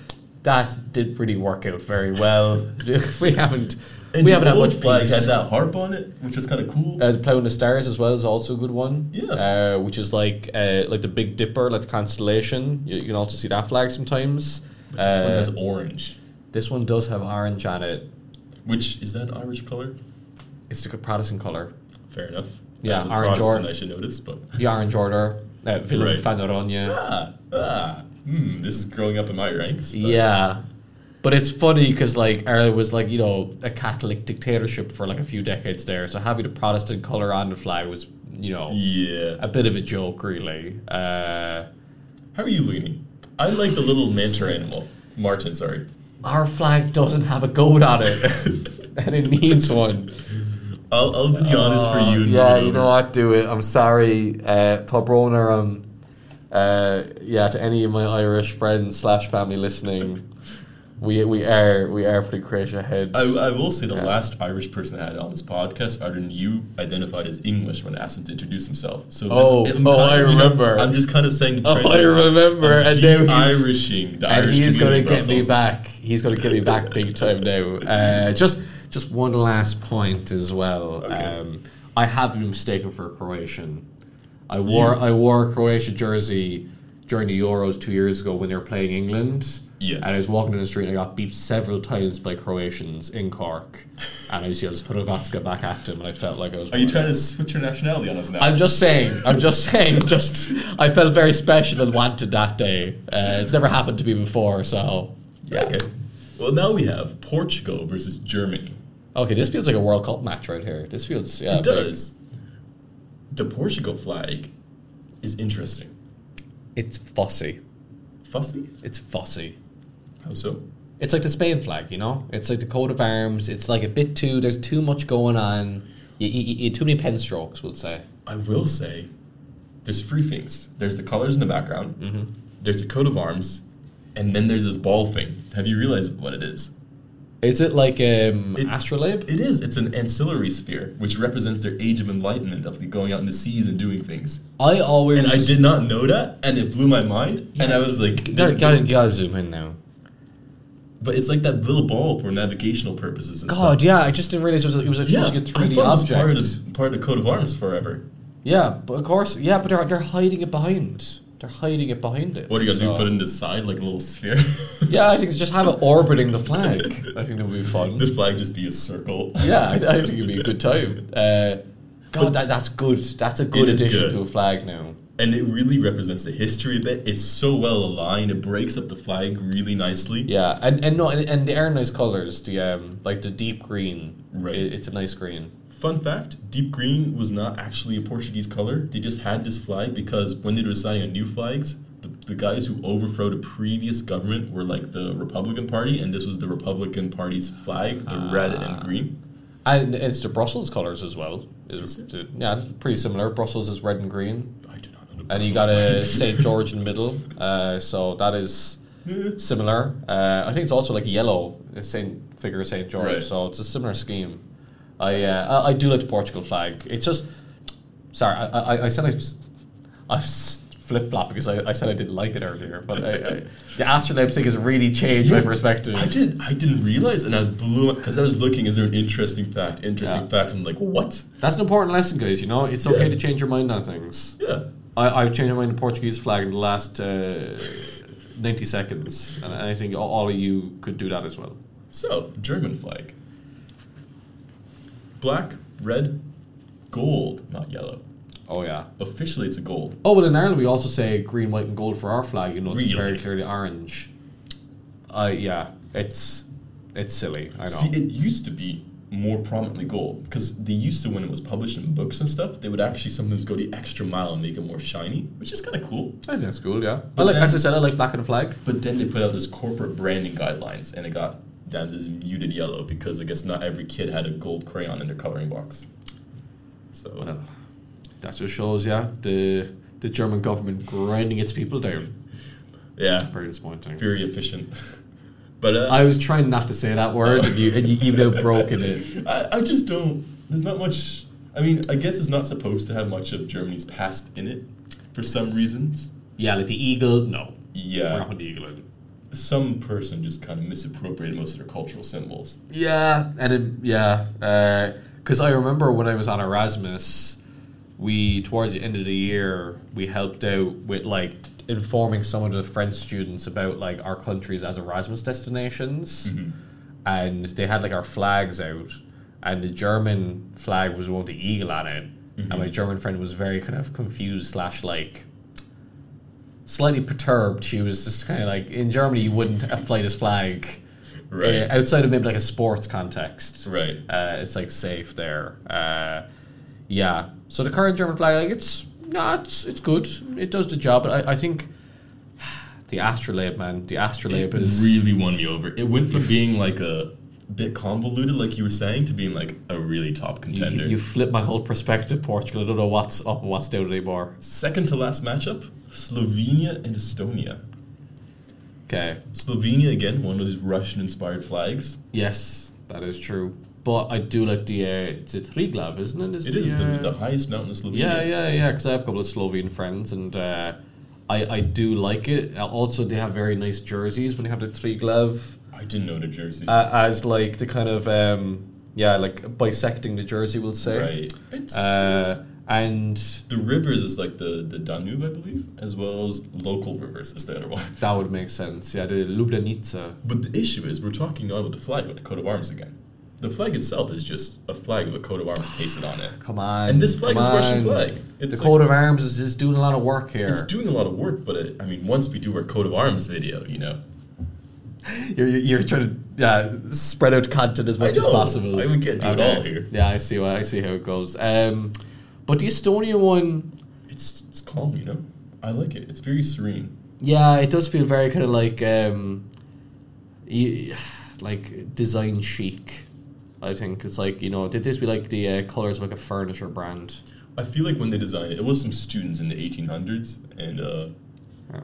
Speaker 2: that did really work out very well. we haven't
Speaker 1: And the
Speaker 2: we haven't had
Speaker 1: old
Speaker 2: much
Speaker 1: flag
Speaker 2: peace.
Speaker 1: had that harp on it, which was kind of cool.
Speaker 2: Uh, the Plough in the Stars as well is also a good one.
Speaker 1: Yeah.
Speaker 2: Uh, which is like uh, like the Big Dipper, like the constellation. You, you can also see that flag sometimes.
Speaker 1: this one
Speaker 2: Uh,
Speaker 1: has orange,
Speaker 2: this one does have orange on it.
Speaker 1: which is that an Irish color?
Speaker 2: It's the Protestant color.
Speaker 1: Fair enough.
Speaker 2: Yeah,
Speaker 1: As a
Speaker 2: orange or-
Speaker 1: Protestant, I should notice, but
Speaker 2: The Orange Order. Uh, Villa
Speaker 1: Right.
Speaker 2: Fanaronia.
Speaker 1: ah, ah, hmm, this is growing up in my ranks. but-
Speaker 2: Yeah. uh, But it's funny because like Ireland was like you know a Catholic dictatorship for like a few decades there, so having the Protestant color on the flag was you know
Speaker 1: yeah.
Speaker 2: a bit of a joke really. Uh,
Speaker 1: How are you leaning? I like the little manta animal, Martin. Sorry,
Speaker 2: our flag doesn't have a goat on it, and it needs one. Uh,
Speaker 1: I'll, I'll do the honest for you. and
Speaker 2: Oh, yeah,
Speaker 1: move it
Speaker 2: you know
Speaker 1: over.
Speaker 2: what? Do it. I'm sorry, uh, Tobrona. Um, uh, yeah, to any of my Irish friends slash family listening, we we are we are for the Croatia heads.
Speaker 1: I, I will say the
Speaker 2: Yeah.
Speaker 1: last Irish person I had on this podcast, other than you, identified as English when asked him to introduce himself. So this-
Speaker 2: Oh,
Speaker 1: I'm
Speaker 2: oh,
Speaker 1: kind
Speaker 2: I
Speaker 1: of, you know,
Speaker 2: remember.
Speaker 1: I'm just kind of saying the trend.
Speaker 2: oh, I remember,
Speaker 1: of
Speaker 2: and now he's
Speaker 1: de-Irishing the
Speaker 2: and
Speaker 1: Irish
Speaker 2: he's
Speaker 1: community
Speaker 2: gonna
Speaker 1: in
Speaker 2: get me
Speaker 1: Brussels.
Speaker 2: back. He's gonna get me back big time now. Uh, just just one last point as well.
Speaker 1: Okay.
Speaker 2: Um, I have been mistaken for a Croatian. I wore I wore a Croatia jersey during the Euros two years ago when they were playing England.
Speaker 1: Yeah.
Speaker 2: And I was walking in the street and I got beeped several times by Croatians in Cork. And I just yelled Hrvatska back at them and I felt like I was
Speaker 1: Are you trying to switch your nationality on us now?
Speaker 2: I'm just saying. I'm just saying. Just I felt very special and wanted that day. Uh, it's never happened to me before, so yeah.
Speaker 1: Okay. Well, now we have Portugal versus Germany.
Speaker 2: Okay, this feels like a World Cup match right here. This feels yeah.
Speaker 1: it does. The Portugal flag is interesting.
Speaker 2: big. It's fussy.
Speaker 1: Fussy?
Speaker 2: It's fussy.
Speaker 1: How so?
Speaker 2: It's like the Spain flag, you know. It's like the coat of arms. It's like a bit too. There's too much going on. You, you, you- too many pen strokes, we'll say.
Speaker 1: I will say there's three things there's the colors in the background,
Speaker 2: Mm-hmm.
Speaker 1: there's the coat of arms, and then there's this ball thing. Have you realized what it is?
Speaker 2: Is it like um,
Speaker 1: It-
Speaker 2: astrolabe?
Speaker 1: It is. It's an ancillary sphere, which represents their age of enlightenment of the going out in the seas and doing things.
Speaker 2: I always
Speaker 1: And I did not know that, and it blew my mind. And I was like, this-
Speaker 2: Gotta, gotta, gotta zoom in now.
Speaker 1: But it's like that little ball for navigational purposes. And
Speaker 2: God,
Speaker 1: stuff.
Speaker 2: yeah, I just didn't realize it was, it was
Speaker 1: yeah,
Speaker 2: supposed to get
Speaker 1: I
Speaker 2: 3D
Speaker 1: thought
Speaker 2: object.
Speaker 1: it was part of, the, part of the coat of arms forever.
Speaker 2: Yeah, but of course. Yeah, but they're, they're hiding it behind. They're hiding it behind it.
Speaker 1: What are you gonna do?
Speaker 2: So-
Speaker 1: Put it in the side like a little sphere?
Speaker 2: Yeah, I think it's just have it orbiting the flag. I think that would be fun.
Speaker 1: this flag just be a circle.
Speaker 2: Yeah, I, I think it'd be a good time. Uh, God, that, that's good. That's a good
Speaker 1: is
Speaker 2: addition
Speaker 1: good.
Speaker 2: to a flag now.
Speaker 1: and it really represents the history of it. It's so well aligned. It breaks up the flag really nicely.
Speaker 2: Yeah, and and no, and, and they are nice colors. The um, like the deep green.
Speaker 1: Right.
Speaker 2: It, it's a nice green.
Speaker 1: Fun fact: deep green was not actually a Portuguese color. They just had this flag because when they were deciding on new flags, the, the guys who overthrew the previous government were like the Republican Party, and this was the Republican Party's flag, the red
Speaker 2: Ah.
Speaker 1: and green.
Speaker 2: And it's the Brussels colors as well. Is,
Speaker 1: it?
Speaker 2: the- yeah, pretty similar. Brussels is red and green,
Speaker 1: I do not know. the
Speaker 2: and you
Speaker 1: Brussels
Speaker 2: got a
Speaker 1: flag.
Speaker 2: Saint George in the middle. Uh, so that is
Speaker 1: Yeah.
Speaker 2: similar. Uh, I think it's also like yellow the same figure of Saint George.
Speaker 1: Right.
Speaker 2: So it's a similar scheme. I, uh, I I do like the Portugal flag. It's just sorry. I I, I said I, I flip flop because I, I said I didn't like it earlier, but I, I, the astrolabe thing has really changed my
Speaker 1: Yeah,
Speaker 2: perspective.
Speaker 1: I did. I didn't realize, and I blew up because I was looking. Is there an interesting fact? Interesting
Speaker 2: Yeah.
Speaker 1: fact. I'm like, what?
Speaker 2: That's an important lesson, guys. You know, it's okay
Speaker 1: Yeah.
Speaker 2: to change your mind on things.
Speaker 1: Yeah.
Speaker 2: I, I've changed my mind to Portuguese flag in the last uh, 90 seconds, and I think all, all of you could do that as well.
Speaker 1: So, German flag. Black, red, gold, not yellow.
Speaker 2: Oh, yeah.
Speaker 1: Officially, it's a gold.
Speaker 2: Oh, well, in Ireland, we also say green, white, and gold for our flag. You know, it's
Speaker 1: Really?
Speaker 2: very clearly orange. Uh, yeah, it's it's silly. I know.
Speaker 1: See, it used to be more prominently gold because they used to, when it was published in books and stuff, they would actually sometimes go the extra mile and make it more shiny, which is kind of cool.
Speaker 2: I think that's cool, yeah. I
Speaker 1: But
Speaker 2: like, as I
Speaker 1: then-
Speaker 2: said, I like black and the flag.
Speaker 1: But then they put out this corporate branding guidelines and it got down to this muted yellow because I guess not every kid had a gold crayon in their coloring box. So,
Speaker 2: Well, that just shows, yeah, the, the German government grinding its people down.
Speaker 1: yeah,
Speaker 2: Very disappointing.
Speaker 1: very efficient. But uh,
Speaker 2: I was trying not to say that word, and you, and you even outbroken it.
Speaker 1: I, I just don't. There's not much. I mean, I guess it's not supposed to have much of Germany's past in it for some reasons.
Speaker 2: Yeah, like the eagle. No, we're not
Speaker 1: Yeah.
Speaker 2: with the eagle. In.
Speaker 1: Some person just kind of misappropriated most of their cultural symbols.
Speaker 2: Yeah, and it, yeah, because I remember when I was on Erasmus, we towards the end of the year we helped out with like informing some of the French students about like our countries as Erasmus destinations, and they had like our flags out, and the German flag was one with the eagle on it, and my German friend was very kind of confused slash like slightly perturbed. She was just kind of like, in Germany, you wouldn't uh, fly this flag.
Speaker 1: Right.
Speaker 2: Uh, outside of maybe like a sports context.
Speaker 1: Right.
Speaker 2: Uh, it's like safe there. Uh, yeah. So the current German flag, like it's no, it's it's good. It does the job, but I, I think the astrolabe, man, the
Speaker 1: It
Speaker 2: astrolabe is
Speaker 1: really won me over. It went from being like a bit convoluted, like you were saying, to being like a really top
Speaker 2: you,
Speaker 1: contender.
Speaker 2: you flip my whole perspective, Portugal. I don't know what's up and what's down anymore.
Speaker 1: Second to last matchup Slovenia and Estonia.
Speaker 2: Okay.
Speaker 1: Slovenia, again, one of those Russian inspired flags.
Speaker 2: Yes, that is true. But I do like the uh, it's a Triglav, isn't it? Is
Speaker 1: It is
Speaker 2: uh,
Speaker 1: the, the highest mountain of Slovenia.
Speaker 2: Yeah, yeah, yeah. Because I have a couple of Slovene friends, and uh, I I do like it. Uh, Also, they have very nice jerseys when they have the three glove
Speaker 1: I didn't know the jerseys.
Speaker 2: uh, as like the kind of um, yeah, like bisecting the jersey, we'll say.
Speaker 1: right. It's-
Speaker 2: Uh, and
Speaker 1: The rivers is like the, the Danube, I believe, as well as local rivers is the other one.
Speaker 2: that would make sense. Yeah, the Lublanica.
Speaker 1: But the issue is we're talking now about the flag with the coat of arms again. The flag itself is just a flag with a coat of arms pasted on it.
Speaker 2: Come on.
Speaker 1: And this flag
Speaker 2: come
Speaker 1: is a Russian
Speaker 2: on.
Speaker 1: flag.
Speaker 2: the
Speaker 1: It's like-
Speaker 2: coat of arms is, is doing a lot of work here.
Speaker 1: It's doing a lot of work, but it, I mean, once we do our coat of arms video, you know,
Speaker 2: you're, you're you're trying to yeah, spread out content as
Speaker 1: I
Speaker 2: much as
Speaker 1: know.
Speaker 2: possible.
Speaker 1: I- we can't do it all here.
Speaker 2: Yeah, I see. why- I see how it goes. Um, but the Estonian one,
Speaker 1: it's it's calm, you know. I like it. It's very serene.
Speaker 2: yeah, it does feel very kind of like um, you, like design chic. I think it's like you know, did this be like the uh, colors of like a furniture brand?
Speaker 1: I feel like when they designed it, it was some students in the 1800s, and uh,
Speaker 2: Yeah.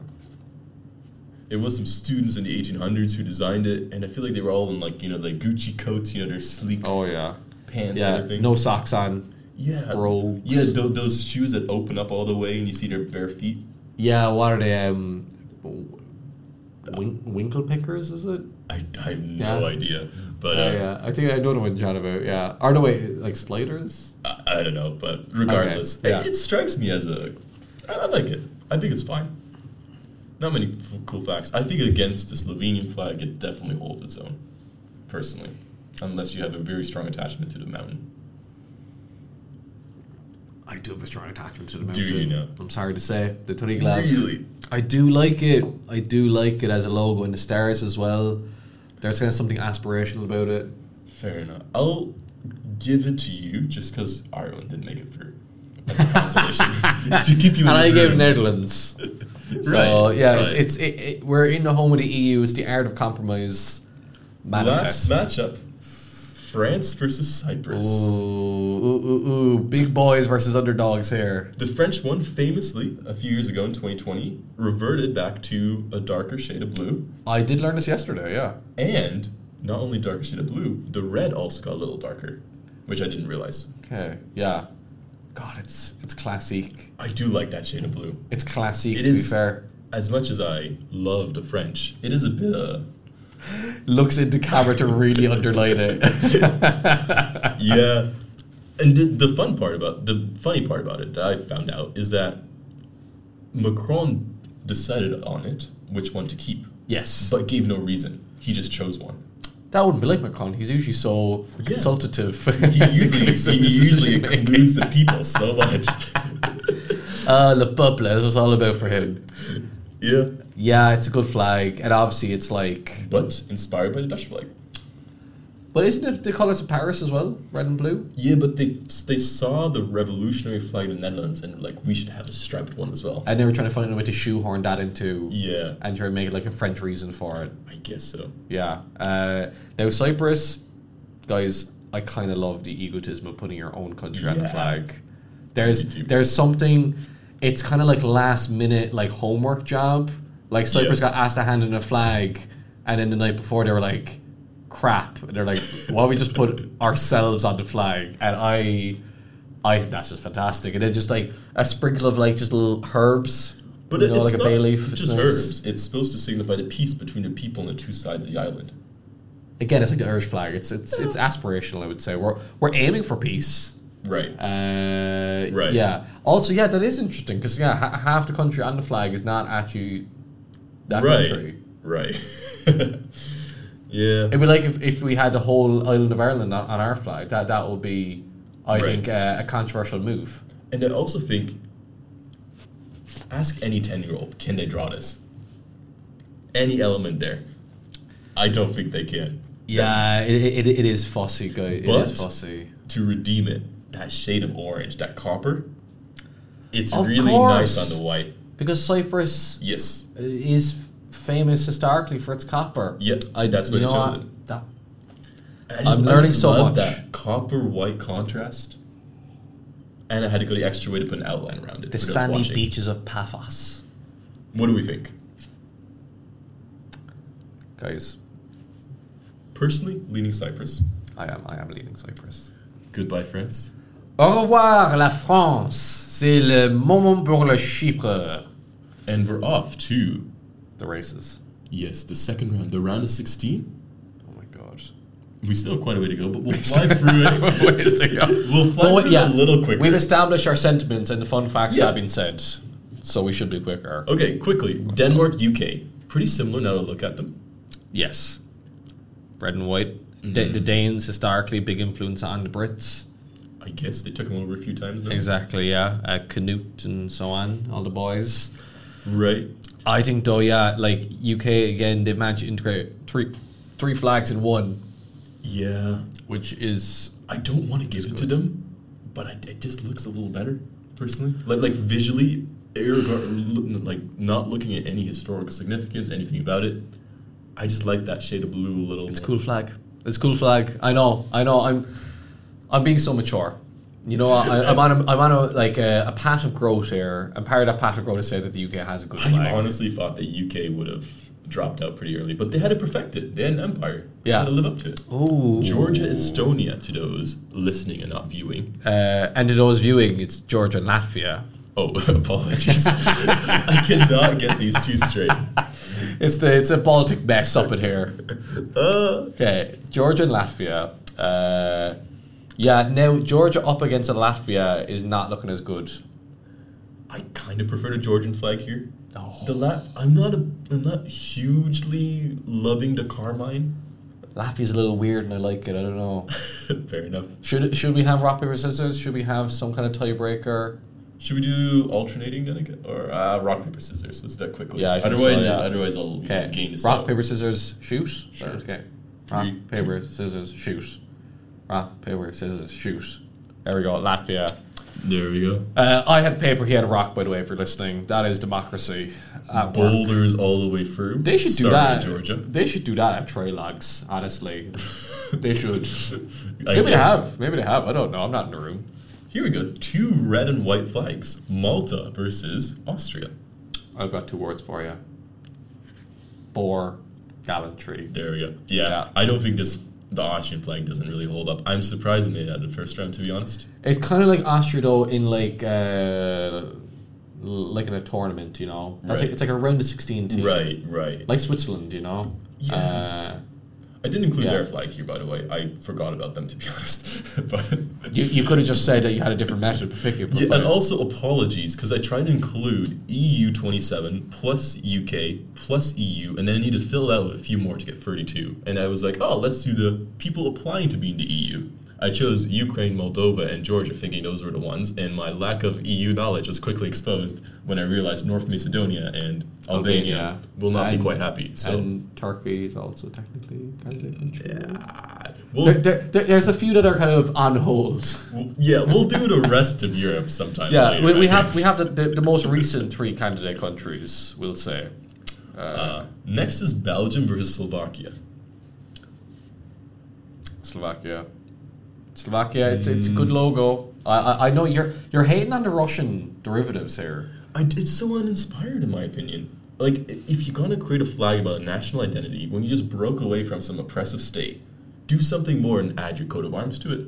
Speaker 1: it was some students in the 1800s who designed it, and I feel like they were all in like you know the Gucci coats, you know, their sleek
Speaker 2: Oh yeah,
Speaker 1: pants and
Speaker 2: yeah.
Speaker 1: everything.
Speaker 2: No socks on.
Speaker 1: Yeah.
Speaker 2: Brogues.
Speaker 1: Yeah, tho- those shoes that open up all the way and you see their bare feet.
Speaker 2: Yeah, what are they? Um, win- winkle pickers? Is it?
Speaker 1: I, I have no
Speaker 2: Yeah.
Speaker 1: idea. But uh,
Speaker 2: Oh, yeah, I think I know what you're talking about. Yeah, or no, wait, like sliders.
Speaker 1: I, I don't know. But regardless,
Speaker 2: Okay, yeah.
Speaker 1: it, it strikes me as a. I, I like it. I think it's fine. Not many f- cool facts. I think against the Slovenian flag, it definitely holds its own, personally. Unless you have a very strong attachment to the mountain.
Speaker 2: I do have a strong attachment to the
Speaker 1: Do
Speaker 2: mountain.
Speaker 1: you now?
Speaker 2: I'm sorry to say, the Tully Glabs.
Speaker 1: Really?
Speaker 2: I do like it. I do like it as a logo and the stars as well. There's kind of something aspirational about it.
Speaker 1: Fair enough. I'll give it to you just because Ireland didn't make it through. As a consolation. to keep you in
Speaker 2: and I
Speaker 1: the
Speaker 2: gave
Speaker 1: room.
Speaker 2: Netherlands. So
Speaker 1: Right,
Speaker 2: yeah,
Speaker 1: right.
Speaker 2: it's, it's it, it, we're in the home of the EU. It's the art of compromise.
Speaker 1: Last
Speaker 2: Manifest.
Speaker 1: matchup France versus Cyprus.
Speaker 2: Ooh, ooh, ooh, ooh, big boys versus underdogs here.
Speaker 1: The French one famously, a few years ago in 2020, reverted back to a darker shade of blue.
Speaker 2: I did learn this yesterday. Yeah,
Speaker 1: And not only darker shade of blue, the red also got a little darker, which I didn't realize.
Speaker 2: Okay. Yeah. God, it's it's classic.
Speaker 1: I do like that shade of blue.
Speaker 2: It's classic.
Speaker 1: It
Speaker 2: to
Speaker 1: is-
Speaker 2: be fair,
Speaker 1: As much as I love the French, it is a bit uh
Speaker 2: looks into camera to really underline it.
Speaker 1: yeah. And the, the fun part about the funny part about it that I found out is that Macron decided on it which one to keep,
Speaker 2: yes,
Speaker 1: but gave no reason. He just chose one.
Speaker 2: that wouldn't be like Macron. He's usually so consultative.
Speaker 1: He usually he
Speaker 2: Inclusive
Speaker 1: usually
Speaker 2: decision-making.
Speaker 1: includes the people so much.
Speaker 2: Ah, Le Peuple. That's what it's all about for him.
Speaker 1: yeah,
Speaker 2: Yeah, it's a good flag, and obviously it's like.
Speaker 1: but inspired by the Dutch flag.
Speaker 2: But isn't it the colours of Paris as well, red and blue?
Speaker 1: Yeah, but they they saw the revolutionary flag in the Netherlands and like we should have a striped one as well.
Speaker 2: And they were trying to find a way to shoehorn that into
Speaker 1: Yeah,
Speaker 2: and try to make like a French reason for it.
Speaker 1: I guess so.
Speaker 2: Yeah. Uh, now Cyprus, guys, I kind of love the egotism of putting your own country on the
Speaker 1: Yeah.
Speaker 2: flag. There's
Speaker 1: do.
Speaker 2: there's something. It's kind of like last minute like homework job. Like Cyprus
Speaker 1: Yeah.
Speaker 2: got asked to hand in a flag, and then the night before they were like, "Crap!" And they're like, "Why don't we just put ourselves on the flag?" And I. I think that's just fantastic, and then just like a sprinkle of like just little herbs,
Speaker 1: But
Speaker 2: you
Speaker 1: it-
Speaker 2: know,
Speaker 1: it's
Speaker 2: like a
Speaker 1: not
Speaker 2: bay leaf. It's
Speaker 1: just
Speaker 2: nice.
Speaker 1: herbs. It's supposed to signify the peace between the people on the two sides of the island.
Speaker 2: again, it's like the Irish flag. It's it's it's aspirational. I would say we're we're aiming for peace.
Speaker 1: Right.
Speaker 2: Uh,
Speaker 1: Right.
Speaker 2: Yeah. Also, yeah, that is interesting because yeah, ha- half the country on the flag is not actually that
Speaker 1: right.
Speaker 2: country.
Speaker 1: Right. yeah.
Speaker 2: It'd be like if, if we had the whole island of Ireland on, on our flag. That that would be, I
Speaker 1: Right.
Speaker 2: think, uh, a controversial move.
Speaker 1: And I also think ask any 10 year old, can they draw this? Any element there. I don't think they can.
Speaker 2: Yeah, it, it, it is fussy, guy. It
Speaker 1: But-
Speaker 2: is fussy.
Speaker 1: To redeem it, that shade of orange, that copper, it's
Speaker 2: Of
Speaker 1: really nice
Speaker 2: course.
Speaker 1: on the white.
Speaker 2: Because Cyprus
Speaker 1: Yes.
Speaker 2: is famous historically for its copper.
Speaker 1: Yeah, that's what
Speaker 2: you
Speaker 1: it
Speaker 2: know
Speaker 1: chose
Speaker 2: what?
Speaker 1: it.
Speaker 2: That
Speaker 1: I
Speaker 2: I'm learning so
Speaker 1: love
Speaker 2: much.
Speaker 1: That copper white contrast. And I had to go the extra way to put an outline around it.
Speaker 2: the
Speaker 1: for those
Speaker 2: sandy
Speaker 1: watching.
Speaker 2: beaches of Paphos.
Speaker 1: What do we think?
Speaker 2: Guys,
Speaker 1: Personally, leaning Cyprus.
Speaker 2: I am I am leading Cyprus.
Speaker 1: Goodbye, France.
Speaker 2: Au revoir la France. C'est le moment pour le Chypre.
Speaker 1: And we're off to
Speaker 2: The races.
Speaker 1: Yes, the second round, the round of 16.
Speaker 2: Oh my god.
Speaker 1: We still have quite a way to go, but we'll fly through it.
Speaker 2: Ways to go.
Speaker 1: We'll fly
Speaker 2: Well,
Speaker 1: through
Speaker 2: yeah.
Speaker 1: it a little quicker.
Speaker 2: We've established our sentiments and the fun facts
Speaker 1: Yeah.
Speaker 2: have been said. So we should be quicker.
Speaker 1: okay, quickly. Denmark, UK. Pretty similar now to look at them.
Speaker 2: Yes. Red and white.
Speaker 1: Mm-hmm.
Speaker 2: Da- the Danes historically big influence on the Brits.
Speaker 1: I guess they took them over a few times now.
Speaker 2: Exactly, yeah. Uh, Canute and so on, all the boys.
Speaker 1: Right.
Speaker 2: I think though, yeah, like UK again, they've managed to integrate three three flags in one,
Speaker 1: Yeah.
Speaker 2: which is
Speaker 1: I don't want to give it to them, but I, it just looks a little better, personally. Like,
Speaker 2: Mm-hmm.
Speaker 1: like visually, irregar- like not looking at any historical significance, anything about it. I just like that shade of blue a little.
Speaker 2: It's a
Speaker 1: more.
Speaker 2: cool flag. It's a cool flag. I know. I know. I'm I'm being so mature. You know, I, I'm on a, I'm on a like a, a path of growth here. And part of that path of growth is say that the UK has a good
Speaker 1: I
Speaker 2: flag.
Speaker 1: honestly thought that UK would have dropped out pretty early, but they had to perfect it. They had an empire. They
Speaker 2: Yeah.
Speaker 1: had to live up to it.
Speaker 2: Ooh.
Speaker 1: Georgia, Estonia, to those listening and not viewing.
Speaker 2: Uh, and to those viewing, it's Georgia and Latvia.
Speaker 1: Oh, apologies. I cannot get these two straight.
Speaker 2: It's the it's a Baltic mess up in here.
Speaker 1: Uh,
Speaker 2: Okay, Georgia and Latvia. Uh, yeah, now Georgia up against Latvia is not looking as good.
Speaker 1: I kind of prefer the Georgian flag here.
Speaker 2: Oh.
Speaker 1: The la- I'm not a, I'm not hugely loving the carmine.
Speaker 2: Laffy's a little weird, and I like it. I don't know.
Speaker 1: Fair enough.
Speaker 2: Should should we have rock paper scissors? Should we have some kind of tiebreaker?
Speaker 1: Should we do alternating then again, or uh, rock paper scissors? Let's do that quickly.
Speaker 2: Yeah, I think so,
Speaker 1: otherwise,
Speaker 2: yeah.
Speaker 1: otherwise I'll you know,
Speaker 2: Okay.
Speaker 1: gain this.
Speaker 2: Rock
Speaker 1: out.
Speaker 2: paper scissors shoot.
Speaker 1: Sure.
Speaker 2: Okay. Rock
Speaker 1: Three,
Speaker 2: paper scissors shoot. Rock paper scissors shoot. There we go. Latvia.
Speaker 1: There we go.
Speaker 2: Uh, I had paper. He had rock. By the way, if you're listening, that is democracy. At work.
Speaker 1: Boulders all the way through.
Speaker 2: They should do
Speaker 1: Sorry,
Speaker 2: that.
Speaker 1: Georgia.
Speaker 2: They should do that at Trilogs, honestly. they should.
Speaker 1: I
Speaker 2: Maybe they
Speaker 1: guess-
Speaker 2: have. Maybe they have. I don't know. I'm not in the room.
Speaker 1: Here we go. Two red and white flags. Malta versus Austria.
Speaker 2: I've got two words for you. Bore gallantry.
Speaker 1: There we go. Yeah,
Speaker 2: Yeah.
Speaker 1: I don't think this the Austrian flag doesn't really hold up. I'm surprised it made it out of the first round, to be honest.
Speaker 2: It's kind of like Austria though in like uh, like in a tournament, you know. That's
Speaker 1: Right.
Speaker 2: like, it's like a round of sixteen team,
Speaker 1: Right, right.
Speaker 2: Like Switzerland, you know.
Speaker 1: Yeah.
Speaker 2: Uh,
Speaker 1: I didn't include
Speaker 2: Yeah.
Speaker 1: their flag here, by the way. I forgot about them, to be honest. but
Speaker 2: you you could have just said that you had a different method to pick it, but
Speaker 1: yeah, and
Speaker 2: fine.
Speaker 1: also apologies because I tried to include EU 27 plus UK plus EU, and then I need to fill out a few more to get 32. And I was like, oh, let's do the people applying to be in the EU. I chose Ukraine, Moldova, and Georgia, thinking those were the ones, and my lack of EU knowledge was quickly exposed when I realized North Macedonia and Albania,
Speaker 2: Albania.
Speaker 1: will not
Speaker 2: And-
Speaker 1: be quite happy. So,
Speaker 2: and Turkey is also technically a candidate country.
Speaker 1: yeah,
Speaker 2: There,
Speaker 1: we'll,
Speaker 2: there, there- there's a few that are kind of on hold.
Speaker 1: we'll- yeah, we'll do the rest of Europe sometime.
Speaker 2: Yeah,
Speaker 1: later,
Speaker 2: we, we
Speaker 1: I
Speaker 2: have we
Speaker 1: guess.
Speaker 2: have the, the, the most recent three candidate countries, we'll say.
Speaker 1: Uh, next is Belgium versus Slovakia.
Speaker 2: Slovakia. Slovakia, it's, it's a
Speaker 1: Mm.
Speaker 2: good logo. I, I, I know you're you're hating on the Russian derivatives here.
Speaker 1: I, it's so uninspired, in my opinion. Like, i- if you're gonna create a flag about national identity when you just broke away from some oppressive state, do something more and add your coat of arms to it.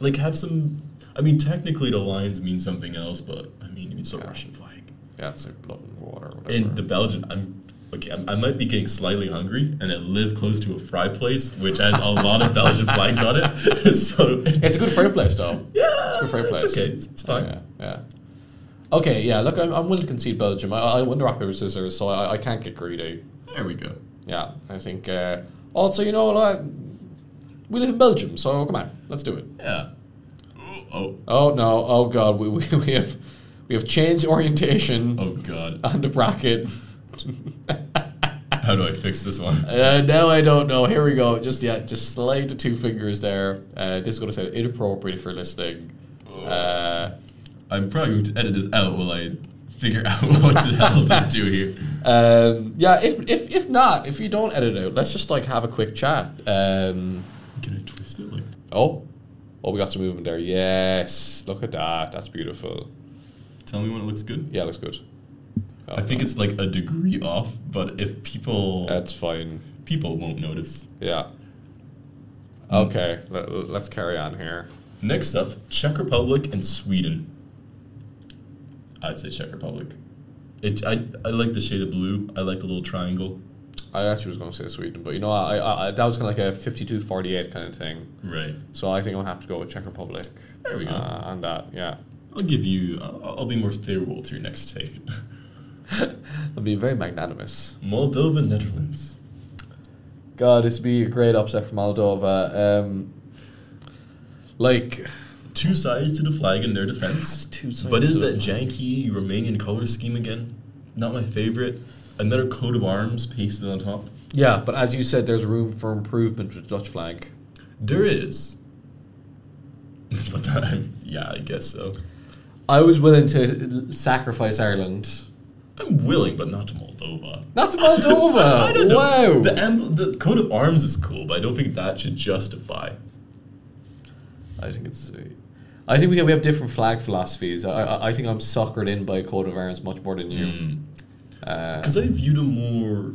Speaker 1: Like, have some. I mean, technically, the lines mean something else, but I mean, it's a Russian flag.
Speaker 2: Yeah, it's like blood and water. or Whatever.
Speaker 1: And the Belgian, I'm okay. I'm, I might be getting slightly hungry, and I live close to a fry place which has a lot of Belgian flags on it. so
Speaker 2: it's a good fair place, though.
Speaker 1: yeah,
Speaker 2: it's a good fair place.
Speaker 1: It's okay. It's, it's fine.
Speaker 2: Yeah, yeah. Okay, yeah. Look, I'm, I'm willing to concede Belgium. I, I won the rock paper scissors, so I, I can't get greedy.
Speaker 1: There we go.
Speaker 2: Yeah, I think. Uh, also, you know, like, we live in Belgium, so come on, let's do it.
Speaker 1: Yeah. Oh, oh,
Speaker 2: Oh no! Oh god! We, we, we have we have changed orientation
Speaker 1: oh God.
Speaker 2: on the bracket.
Speaker 1: How do I fix this one?
Speaker 2: Uh, now I don't know. Here we go. Just yeah, just slide the two fingers there. Uh, this is going to sound inappropriate for listening. Uh,
Speaker 1: I'm probably going to edit this out while I figure out what the hell to do here.
Speaker 2: um, yeah, if, if if not, if you don't edit out, let's just like have a quick chat. Um,
Speaker 1: Can I twist it like?
Speaker 2: oh, oh, we got some movement there. Yes, look at that. That's beautiful.
Speaker 1: Tell me when it looks good.
Speaker 2: Yeah, looks good. Oh,
Speaker 1: I think it's like a degree off, but if people
Speaker 2: that's fine.
Speaker 1: people won't notice.
Speaker 2: Yeah. Okay, let, let's carry on here.
Speaker 1: Next up, Czech Republic and Sweden. I'd say Czech Republic. It I I like the shade of blue. I like the little triangle.
Speaker 2: I actually was going to say Sweden, but you know, I, I, I that was kind of like a 52-48 kind of thing.
Speaker 1: Right.
Speaker 2: So I think I'll have to go with Czech Republic.
Speaker 1: There we go.
Speaker 2: Uh, on that, yeah.
Speaker 1: I'll give you. I'll, I'll be more favorable to your next take.
Speaker 2: It'll be very magnanimous.
Speaker 1: Moldova, Netherlands.
Speaker 2: God, it's be a great upset for Moldova. Um, like,
Speaker 1: Two sides to the flag in their defense.
Speaker 2: two sides
Speaker 1: But is
Speaker 2: to
Speaker 1: that
Speaker 2: it.
Speaker 1: janky Romanian color scheme again? Not my favorite. Another coat of arms pasted on top.
Speaker 2: yeah, but as you said, there's room for improvement with the Dutch flag.
Speaker 1: There is. but that, yeah, I guess so.
Speaker 2: I was willing to sacrifice Ireland.
Speaker 1: I'm willing, but not to Moldova.
Speaker 2: Not to Moldova!
Speaker 1: I don't know.
Speaker 2: Uh, wow!
Speaker 1: The, emblem, the coat of arms is cool, but I don't think that should justify.
Speaker 2: I think it's. uh, I think we have, we have different flag philosophies. I, I I think I'm suckered in by a coat of arms much more than you. Uh,
Speaker 1: Because I viewed a more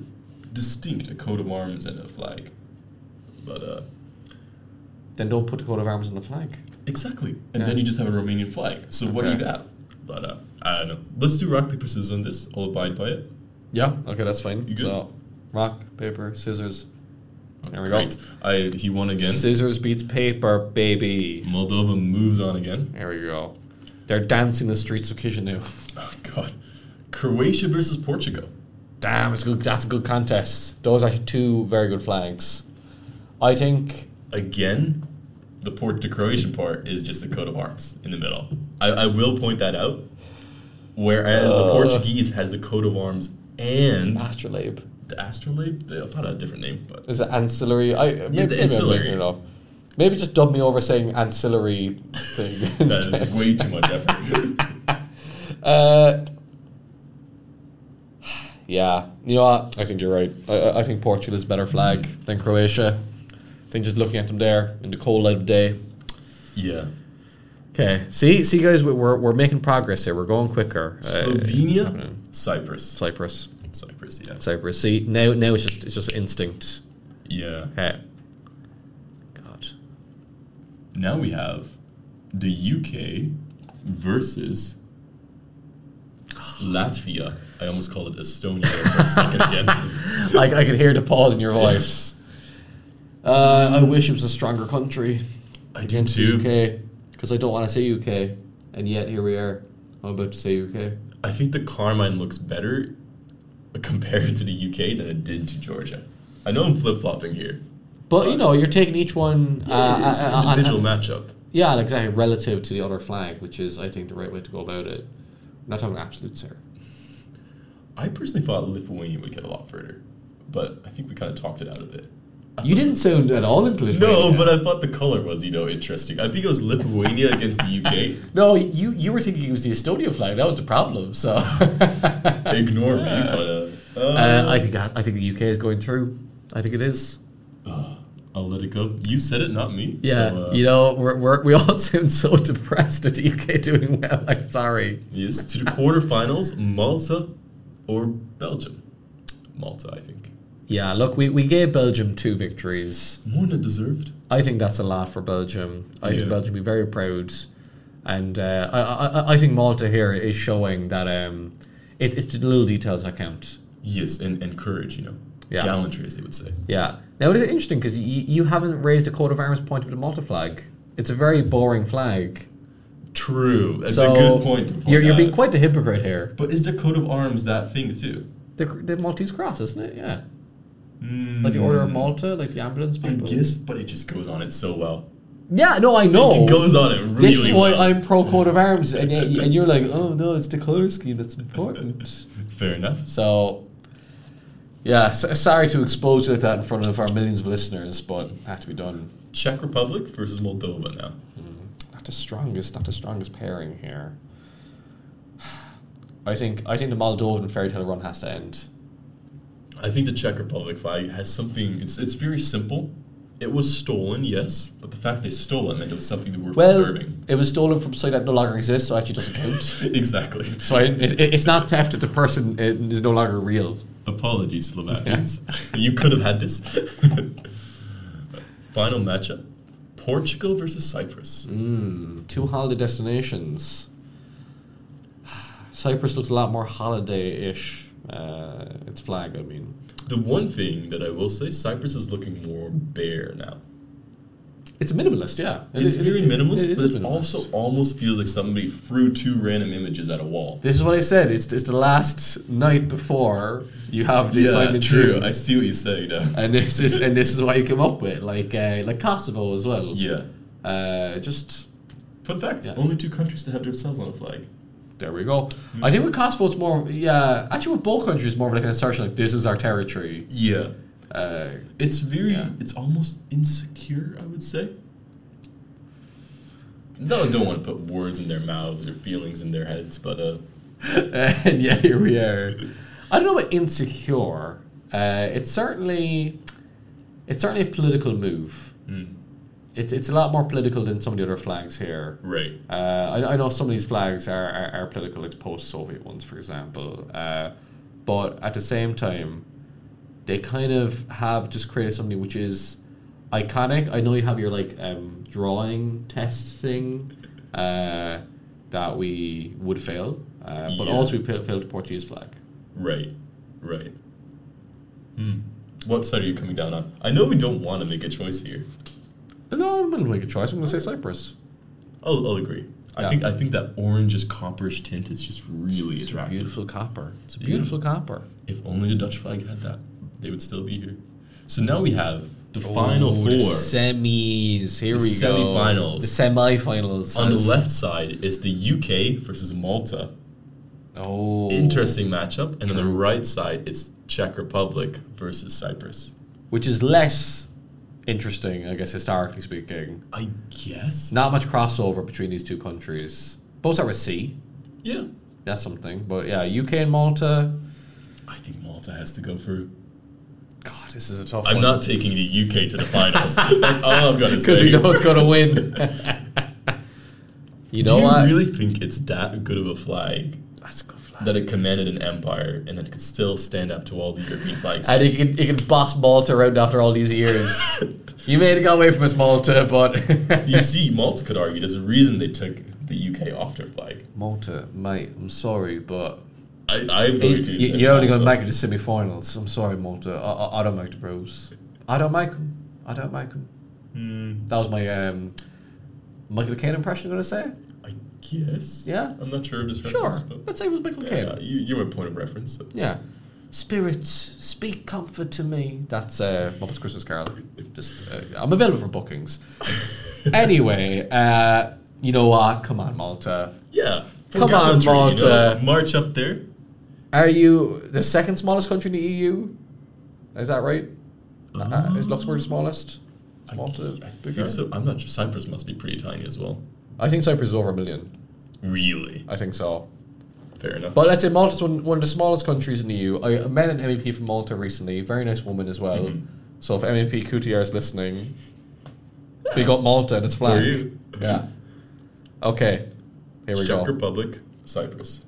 Speaker 1: distinct a coat of arms and a flag. But, uh,
Speaker 2: then don't put the coat of arms on the flag.
Speaker 1: exactly. And
Speaker 2: Yeah.
Speaker 1: then you just have a Romanian flag. So what do you
Speaker 2: Okay.
Speaker 1: got? But, uh, I don't know. Let's do rock, paper, scissors on this. I'll abide by it.
Speaker 2: Yeah. Okay, that's fine.
Speaker 1: You good?
Speaker 2: So, rock, paper, scissors. There we
Speaker 1: Great. I he won
Speaker 2: go.
Speaker 1: again.
Speaker 2: Scissors beats paper, baby.
Speaker 1: Moldova moves on again.
Speaker 2: There we go. They're dancing the streets of Chisinau.
Speaker 1: Oh god. Croatia versus Portugal.
Speaker 2: Damn, it's good. That's a good contest. Those are two very good flags. I think
Speaker 1: Again, the Port de Croatian part is just the coat of arms in the middle. I, I will point that out. Whereas the
Speaker 2: Uh.
Speaker 1: Portuguese has the coat of arms and
Speaker 2: astrolabe
Speaker 1: the astrolabe. They thought had a different name, but
Speaker 2: is it ancillary. I maybe,
Speaker 1: the
Speaker 2: maybe
Speaker 1: ancillary.
Speaker 2: I'm making it up. Maybe just dub me over saying ancillary thing.
Speaker 1: that
Speaker 2: instead.
Speaker 1: is way too much effort.
Speaker 2: Uh, yeah, you know what? I think you're right. I- I, I think Portugal is a better flag than Croatia. I think just looking at them there in the cold light of day.
Speaker 1: yeah.
Speaker 2: Okay, see, see, guys, we- we're, we're making progress here. We're going quicker. Uh, it's
Speaker 1: Slovenia,
Speaker 2: happening.
Speaker 1: Cyprus.
Speaker 2: Cyprus,
Speaker 1: Cyprus, yeah.
Speaker 2: Cyprus. See, now, now it's just it's just instinct.
Speaker 1: Yeah.
Speaker 2: Okay. God.
Speaker 1: Now we have the UK versus Latvia. I almost called it Estonia there for a second again.
Speaker 2: I, I can hear the pause in your voice. Uh, I wish it was a stronger country
Speaker 1: I do
Speaker 2: against
Speaker 1: too.
Speaker 2: UK because I don't want to say UK, and yet here we are. I'm about to say UK.
Speaker 1: I think the Carmine looks better compared to the UK than it did to Georgia. I know I'm flip flopping here.
Speaker 2: But you know, you're taking each one. uh,
Speaker 1: it's
Speaker 2: uh,
Speaker 1: an
Speaker 2: uh, on-
Speaker 1: individual matchup.
Speaker 2: yeah, and exactly relative to the other flag, which is I think the right way to go about it. We're not talking absolutes here.
Speaker 1: I personally thought Lithuania would get a lot further, but I think we kind of talked it out of it.
Speaker 2: You didn't sound at all inclusive.
Speaker 1: No, but I thought the color was, you know, interesting. I think it was Lithuania against the
Speaker 2: no, you you were thinking it was the Estonia flag. That was the problem. So
Speaker 1: UK. Ignore me, but uh, uh,
Speaker 2: uh, I think I think the UK is going through. I think it is.
Speaker 1: I'll let it go. You said it, not me.
Speaker 2: Yeah,
Speaker 1: So, uh,
Speaker 2: you know, we're, we're, we all seem so depressed at the UK doing well. I'm sorry.
Speaker 1: Yes, to the quarterfinals, Malta or Belgium. Malta, I think.
Speaker 2: Yeah, look, we, we gave Belgium two victories.
Speaker 1: More than deserved.
Speaker 2: I think that's a lot for Belgium. I
Speaker 1: Yeah.
Speaker 2: think Belgium will be very proud. And uh, I, I, I- I think Malta here is showing that um, it, it's the little details that count.
Speaker 1: Yes, and, and courage, you know.
Speaker 2: Yeah.
Speaker 1: Gallantry, as they would say.
Speaker 2: Yeah. Now, it is interesting because you, you haven't raised a coat of arms point with the Malta flag. It's a very boring flag.
Speaker 1: True. That's
Speaker 2: so
Speaker 1: a good point. To point
Speaker 2: you're, you're
Speaker 1: out.
Speaker 2: being quite the hypocrite here.
Speaker 1: But is the coat of arms that thing, too?
Speaker 2: The, the Maltese cross, isn't it? Yeah.
Speaker 1: Mm,
Speaker 2: Like the Order of Malta, like the ambulance
Speaker 1: I
Speaker 2: people.
Speaker 1: guess, but it just goes on it so well.
Speaker 2: Yeah, no, I know.
Speaker 1: It goes on it really
Speaker 2: this is why
Speaker 1: well.
Speaker 2: I'm pro coat of arms, and, yet- and you're like, oh no, it's the color scheme that's important.
Speaker 1: Fair enough.
Speaker 2: So, yeah, s- sorry to expose you like that in front of our millions of listeners, but it had to be done.
Speaker 1: Czech Republic versus Moldova now.
Speaker 2: Not the strongest, not the strongest pairing here. I think I think the Moldovan fairy tale run has to end.
Speaker 1: I think the Czech Republic flag has something. It's it's very simple. It was stolen, yes, but the fact they stole it meant it was something that we're
Speaker 2: Well,
Speaker 1: preserving.
Speaker 2: it was stolen from something that no longer exists, so it actually doesn't count.
Speaker 1: exactly.
Speaker 2: so I, it, it- it's not theft if the person uh, is no longer real.
Speaker 1: Apologies, Slovakians. you could have had this. Final matchup: Portugal versus Cyprus.
Speaker 2: Mm. Hmm, Two holiday destinations. Cyprus looks a lot more holiday-ish. Uh, its flag, I mean.
Speaker 1: The one thing that I will say, Cyprus is looking more bare now.
Speaker 2: It's minimalist, yeah. It
Speaker 1: It's
Speaker 2: is- it-
Speaker 1: very
Speaker 2: it-
Speaker 1: minimalist,
Speaker 2: it
Speaker 1: but
Speaker 2: is
Speaker 1: it
Speaker 2: minimalist.
Speaker 1: also almost feels like somebody threw two random images at a wall.
Speaker 2: This is what I said. It's, it's the last night before you have the assignment
Speaker 1: true.
Speaker 2: due.
Speaker 1: I see what you're saying now.
Speaker 2: and this is and this is what you come up with, like uh, like Kosovo as well.
Speaker 1: Yeah.
Speaker 2: Uh, just
Speaker 1: Fun fact:
Speaker 2: Yeah.
Speaker 1: only two countries to have themselves on a flag.
Speaker 2: there we go.
Speaker 1: Hmm.
Speaker 2: I think with Kosovo it's more, yeah. Actually, with both countries, more of like an assertion, like this is our territory.
Speaker 1: Yeah,
Speaker 2: Uh,
Speaker 1: it's very,
Speaker 2: Yeah.
Speaker 1: it's almost insecure. I would say. No, I don't want to put words in their mouths or feelings in their heads, but uh,
Speaker 2: and yeah, here we are. I don't know about insecure. Uh, it's certainly, it's certainly a political move.
Speaker 1: mm,
Speaker 2: It's it's a lot more political than some of the other flags here.
Speaker 1: right.
Speaker 2: Uh, I, I know some of these flags are, are, are political, like the post-Soviet ones, for example. Uh, but at the same time, they kind of have just created something which is iconic. I know you have your like um, drawing test thing uh, that we would fail, uh, but
Speaker 1: Yeah.
Speaker 2: also we fa- failed the Portuguese flag.
Speaker 1: Right, right. Hmm. What side are you coming down on? I know we don't want to make a choice here.
Speaker 2: No, uh, I'm going to make a choice. I'm going to say Cyprus.
Speaker 1: I'll, I'll agree. I
Speaker 2: Yeah.
Speaker 1: think I think that orangish copperish tint is just really
Speaker 2: It's a
Speaker 1: attractive.
Speaker 2: beautiful copper. It's a
Speaker 1: Yeah.
Speaker 2: beautiful copper.
Speaker 1: If only the Dutch flag had that, they would still be here. So now we have The final
Speaker 2: Oh,
Speaker 1: four.
Speaker 2: the semis. Here
Speaker 1: The
Speaker 2: we go.
Speaker 1: semifinals.
Speaker 2: The semifinals.
Speaker 1: On the
Speaker 2: That's-
Speaker 1: left side is the UK versus Malta.
Speaker 2: Oh,
Speaker 1: Interesting matchup. And on the right side, it's Czech Republic versus Cyprus.
Speaker 2: Which is less interesting, I guess, historically speaking.
Speaker 1: I guess.
Speaker 2: Not much crossover between these two countries. Both start with C.
Speaker 1: Yeah.
Speaker 2: That's something. But yeah, UK and Malta.
Speaker 1: I think Malta has to go through.
Speaker 2: God, this is a tough
Speaker 1: I'm
Speaker 2: one.
Speaker 1: not taking the UK to the finals. That's all I've got to say.
Speaker 2: because we know it's going to win. you know
Speaker 1: Do you
Speaker 2: what?
Speaker 1: really think it's that good of a flag
Speaker 2: That's a good flag.
Speaker 1: that it commanded an empire and that it could still stand up to all the European flags?
Speaker 2: And you can, you can boss Malta around after all these years. you may have got away from us, Malta, but.
Speaker 1: you see, Malta could argue there's a reason they took the UK off their flag.
Speaker 2: Malta, mate, I'm sorry, but.
Speaker 1: I, I am
Speaker 2: You,
Speaker 1: going to.
Speaker 2: you-
Speaker 1: say
Speaker 2: you're only going to
Speaker 1: Malta.
Speaker 2: make it to semi finals. I'm sorry, Malta. I, I, I don't make the rules. I don't make them. I don't make them. That was my um, Michael Caine impression, I'm going to say.
Speaker 1: I guess.
Speaker 2: Yeah?
Speaker 1: I'm not sure of this
Speaker 2: Sure.
Speaker 1: reference. But
Speaker 2: Let's say it was Michael Caine.
Speaker 1: yeah, you, you were a point of reference. So.
Speaker 2: Yeah. Spirits, speak comfort to me. That's uh, Muppets Christmas Carol. Just, uh, I'm available for bookings. anyway, uh, you know what? Come on, Malta.
Speaker 1: Yeah. for
Speaker 2: Come on,
Speaker 1: gallantry, you
Speaker 2: Malta.
Speaker 1: know, march up there.
Speaker 2: Are you the second smallest country in the EU? Is that right? Uh, is Luxembourg the
Speaker 1: Um,
Speaker 2: smallest?
Speaker 1: I,
Speaker 2: Malta,
Speaker 1: I
Speaker 2: bigger?
Speaker 1: think so. I'm not sure. Cyprus must be pretty tiny as well.
Speaker 2: I think Cyprus is over a million.
Speaker 1: Really?
Speaker 2: I think so.
Speaker 1: Fair enough.
Speaker 2: But let's say Malta's one, one of the smallest countries in the EU. I met an MEP from Malta recently, very nice woman as well.
Speaker 1: Mm-hmm.
Speaker 2: So if MEP Coutier is listening, big up Malta and its flag.
Speaker 1: you.
Speaker 2: Yeah. Okay, here we
Speaker 1: Czech
Speaker 2: go.
Speaker 1: Republic, Cyprus.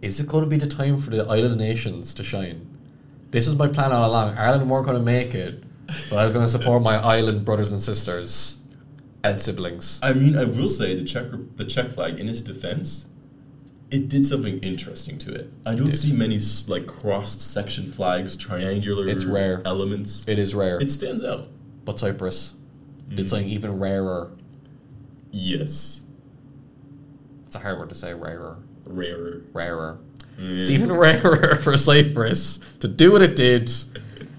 Speaker 2: Is it going to be the time for the Island Nations to shine? This is my plan all along. Ireland weren't going to make it, but I was going to support my island brothers and sisters and siblings.
Speaker 1: I mean, I will say the Czech the Czech flag, in its defense, it did something interesting to it. I don't
Speaker 2: did.
Speaker 1: see many s- like crossed section flags, triangular
Speaker 2: It's rare.
Speaker 1: elements.
Speaker 2: It is rare,
Speaker 1: It stands out.
Speaker 2: but Cyprus did
Speaker 1: Mm.
Speaker 2: something even rarer.
Speaker 1: Yes,
Speaker 2: It's a hard word to say, rarer.
Speaker 1: rarer.
Speaker 2: rarer.
Speaker 1: Mm.
Speaker 2: It's even rarer for Cyprus to do what it did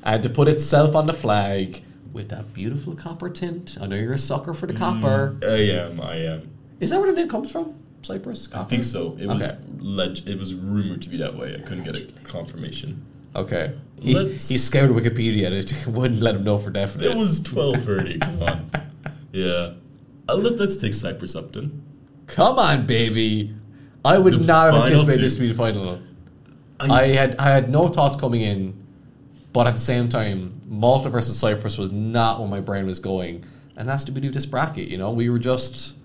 Speaker 2: and to put itself on the flag with that beautiful copper tint. I know you're a sucker for the copper.
Speaker 1: I am. I am.
Speaker 2: Is that where the name comes from? Cyprus?
Speaker 1: I
Speaker 2: Copper?
Speaker 1: think so. It was
Speaker 2: Okay.
Speaker 1: leg- It was rumored to be that way. I couldn't get a confirmation.
Speaker 2: Okay. He,
Speaker 1: Let's-
Speaker 2: he scoured Wikipedia and it wouldn't let him know for definite.
Speaker 1: It was twelve thirty. Come on. Yeah. Uh, let, let's take Cyprus Upton.
Speaker 2: Come on, baby. I would
Speaker 1: The
Speaker 2: not have
Speaker 1: final
Speaker 2: anticipated
Speaker 1: two.
Speaker 2: this to be the final.
Speaker 1: I-
Speaker 2: I had I had no thoughts coming in, but at the same time, Malta versus Cyprus was not where my brain was going, and that's the beauty of this bracket. You know, we were just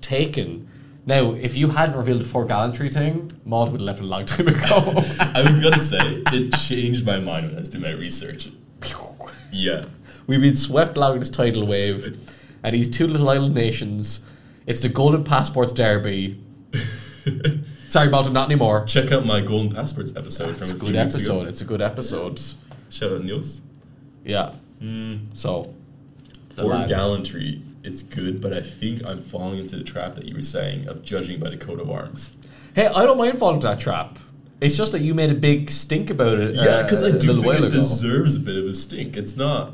Speaker 2: taken. Now, if you hadn't revealed the four gallantry thing, Malta would have left it a long time ago.
Speaker 1: I was gonna say it changed my mind when I was doing my research. Yeah.
Speaker 2: We've been swept along this tidal wave, and these two little island nations. It's the Golden Passports Derby. Sorry, Malta, not anymore.
Speaker 1: Check out my Golden Passports episode
Speaker 2: It's a
Speaker 1: from a few
Speaker 2: good
Speaker 1: weeks
Speaker 2: episode.
Speaker 1: ago.
Speaker 2: It's a good episode.
Speaker 1: Shout out Niels.
Speaker 2: Yeah.
Speaker 1: Hmm.
Speaker 2: So, the
Speaker 1: For
Speaker 2: lads.
Speaker 1: gallantry, it's good, but I think I'm falling into the trap that you were saying of judging by the coat of arms.
Speaker 2: Hey, I don't mind falling into that trap. It's just that you made a big stink about it.
Speaker 1: Yeah, because
Speaker 2: uh,
Speaker 1: I
Speaker 2: a
Speaker 1: do
Speaker 2: little
Speaker 1: think
Speaker 2: while
Speaker 1: it
Speaker 2: ago.
Speaker 1: deserves a bit of a stink. It's not.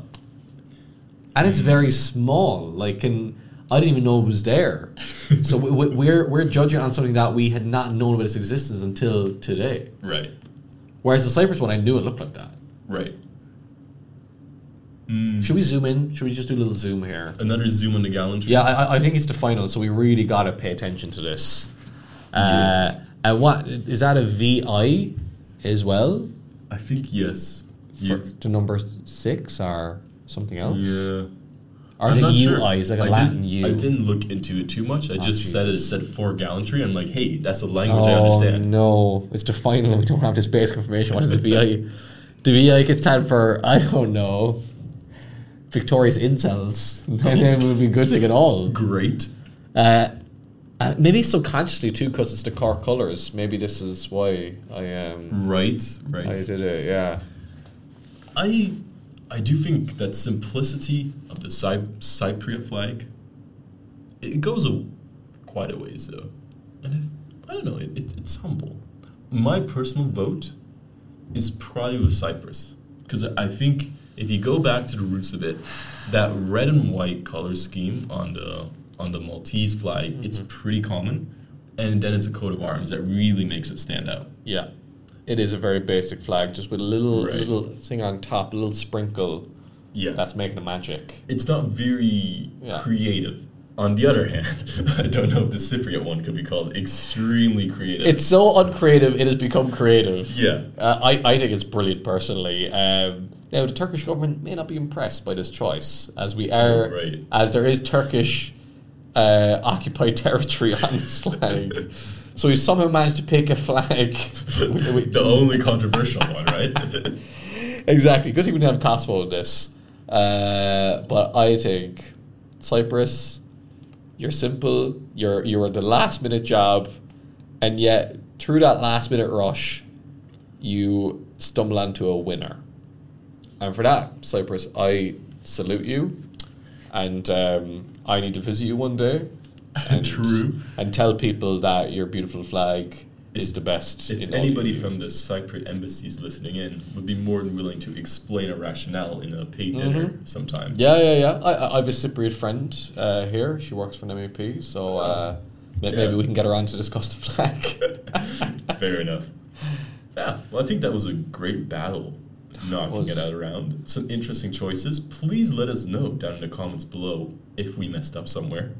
Speaker 2: and it's very small. Like, and I didn't even know it was there. so we- we, we're we're judging on something that we had not known about its existence until today.
Speaker 1: Right.
Speaker 2: Whereas the Cyprus one, I knew it looked like that.
Speaker 1: Right.
Speaker 2: Should we zoom in? Should we just do a little zoom here?
Speaker 1: Another zoom on the gallantry.
Speaker 2: Yeah, I, I- I think it's the final, so we really got to pay attention to this. Uh, And what is that a VI as well
Speaker 1: I think yes.
Speaker 2: for
Speaker 1: Yes.
Speaker 2: to number six or something else?
Speaker 1: Yeah.
Speaker 2: Or
Speaker 1: I'm
Speaker 2: is it
Speaker 1: not
Speaker 2: UI?
Speaker 1: sure.
Speaker 2: It's like a
Speaker 1: I
Speaker 2: Latin
Speaker 1: didn't,
Speaker 2: U.
Speaker 1: I didn't look into it too much. I just said it
Speaker 2: Jesus.
Speaker 1: said for gallantry. I'm like, hey, that's a language I
Speaker 2: Oh
Speaker 1: understand.
Speaker 2: no! It's the final. We don't have this basic information. What is the VI? The VI could stand for I don't know. Victorious incels. That name would be good thing at all.
Speaker 1: Great.
Speaker 2: Uh, uh, maybe subconsciously too, because it's the core colors. Maybe this is why I um
Speaker 1: Right,
Speaker 2: I
Speaker 1: right.
Speaker 2: did it. Yeah.
Speaker 1: I, I do think that simplicity of the Cy- Cypriot flag, it goes a, quite a ways though, and I, I don't know. It, it, it's humble. My personal vote is probably with Cyprus because I I think If you go back to the roots of it, that red and white color scheme on the on the Maltese flag, it's pretty common. And then it's a coat of arms that really makes it stand out.
Speaker 2: Yeah, it is a very basic flag, just with a little
Speaker 1: Right.
Speaker 2: little thing on top, a little sprinkle.
Speaker 1: Yeah.
Speaker 2: That's making it magic.
Speaker 1: it's not very
Speaker 2: Yeah.
Speaker 1: creative. On the other hand, I don't know if the Cypriot one could be called extremely creative.
Speaker 2: It's so uncreative. It has become creative.
Speaker 1: Yeah.
Speaker 2: uh, I I think it's brilliant personally. Um, now the Turkish government may not be impressed by this choice, as we are,
Speaker 1: Right.
Speaker 2: as there is Turkish uh, occupied territory on this flag. So we somehow managed to pick a flag. We- we-
Speaker 1: the only controversial one, right?
Speaker 2: exactly. Good thing we didn't have Kosovo in this. Uh, but I think Cyprus, you're simple. You're you were the last minute job, and yet through that last minute rush, you stumble onto a winner. And for that, Cyprus, I salute you. And um, I need to visit you one day. And,
Speaker 1: True.
Speaker 2: And tell people that your beautiful flag is
Speaker 1: If-
Speaker 2: the best.
Speaker 1: if
Speaker 2: all the
Speaker 1: anybody from the Cypriot embassies listening in would be more than willing to explain a rationale in a paid
Speaker 2: Mm-hmm.
Speaker 1: dinner sometime.
Speaker 2: Yeah, yeah, yeah. I, I- I have a Cypriot friend uh, here. She works for an MEP, so uh, may-
Speaker 1: Yeah.
Speaker 2: maybe we can get her on to discuss the flag.
Speaker 1: Fair enough. Yeah, well, I think that was a great battle knocking it
Speaker 2: Was.
Speaker 1: out around. Some interesting choices. Please let us know down in the comments below if we messed up somewhere.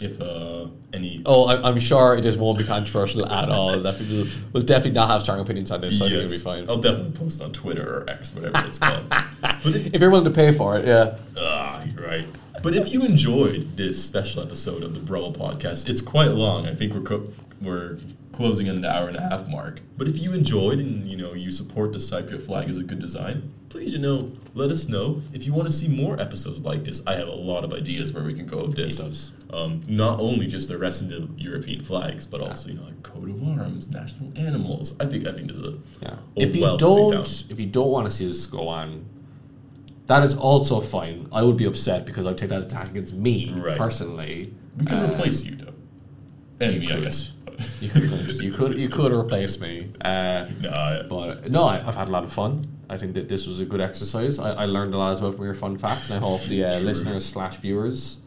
Speaker 1: If uh, any.
Speaker 2: oh, I, I'm sure it just won't be controversial at all. That people will definitely not have strong opinions on this, so I think it'll be fine.
Speaker 1: will definitely post on Twitter or X, whatever it's called. but if,
Speaker 2: If you're willing to pay for it, yeah.
Speaker 1: ah, you're right. But if you enjoyed this special episode of the Brubble Podcast, it's quite long. I think we're co- we're closing in an hour and a half mark. But if you enjoyed and you know you support the Cypriot flag as a good design, please you know let us know if you want to see more episodes like this. I have a lot of ideas where we can go with this.
Speaker 2: does.
Speaker 1: Um, not only just the rest of the European flags, but also you know like coat of arms, national animals. I think I think there's a
Speaker 2: Yeah.
Speaker 1: a
Speaker 2: If you
Speaker 1: wealth to be found.
Speaker 2: don't, if you don't want to see us go on, that is also fine. I would be upset because I would take that as an attack against me
Speaker 1: Right.
Speaker 2: personally.
Speaker 1: We can
Speaker 2: Uh,
Speaker 1: replace you, though. And me, I guess.
Speaker 2: You could, you could, you could replace me. Uh,
Speaker 1: nah,
Speaker 2: But no, I, I've had a lot of fun. I think that this was a good exercise. I, I learned a lot as well from your fun facts, and I hope the uh,
Speaker 1: True.
Speaker 2: listeners slash viewers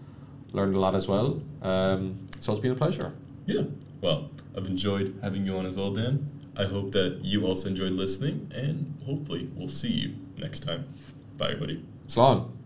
Speaker 2: learned a lot as well. Um, so it's been a pleasure.
Speaker 1: yeah. Well, I've enjoyed having you on as well, Dan. I hope that you also enjoyed listening, and hopefully, we'll see you next time. Bye, everybody.
Speaker 2: So long.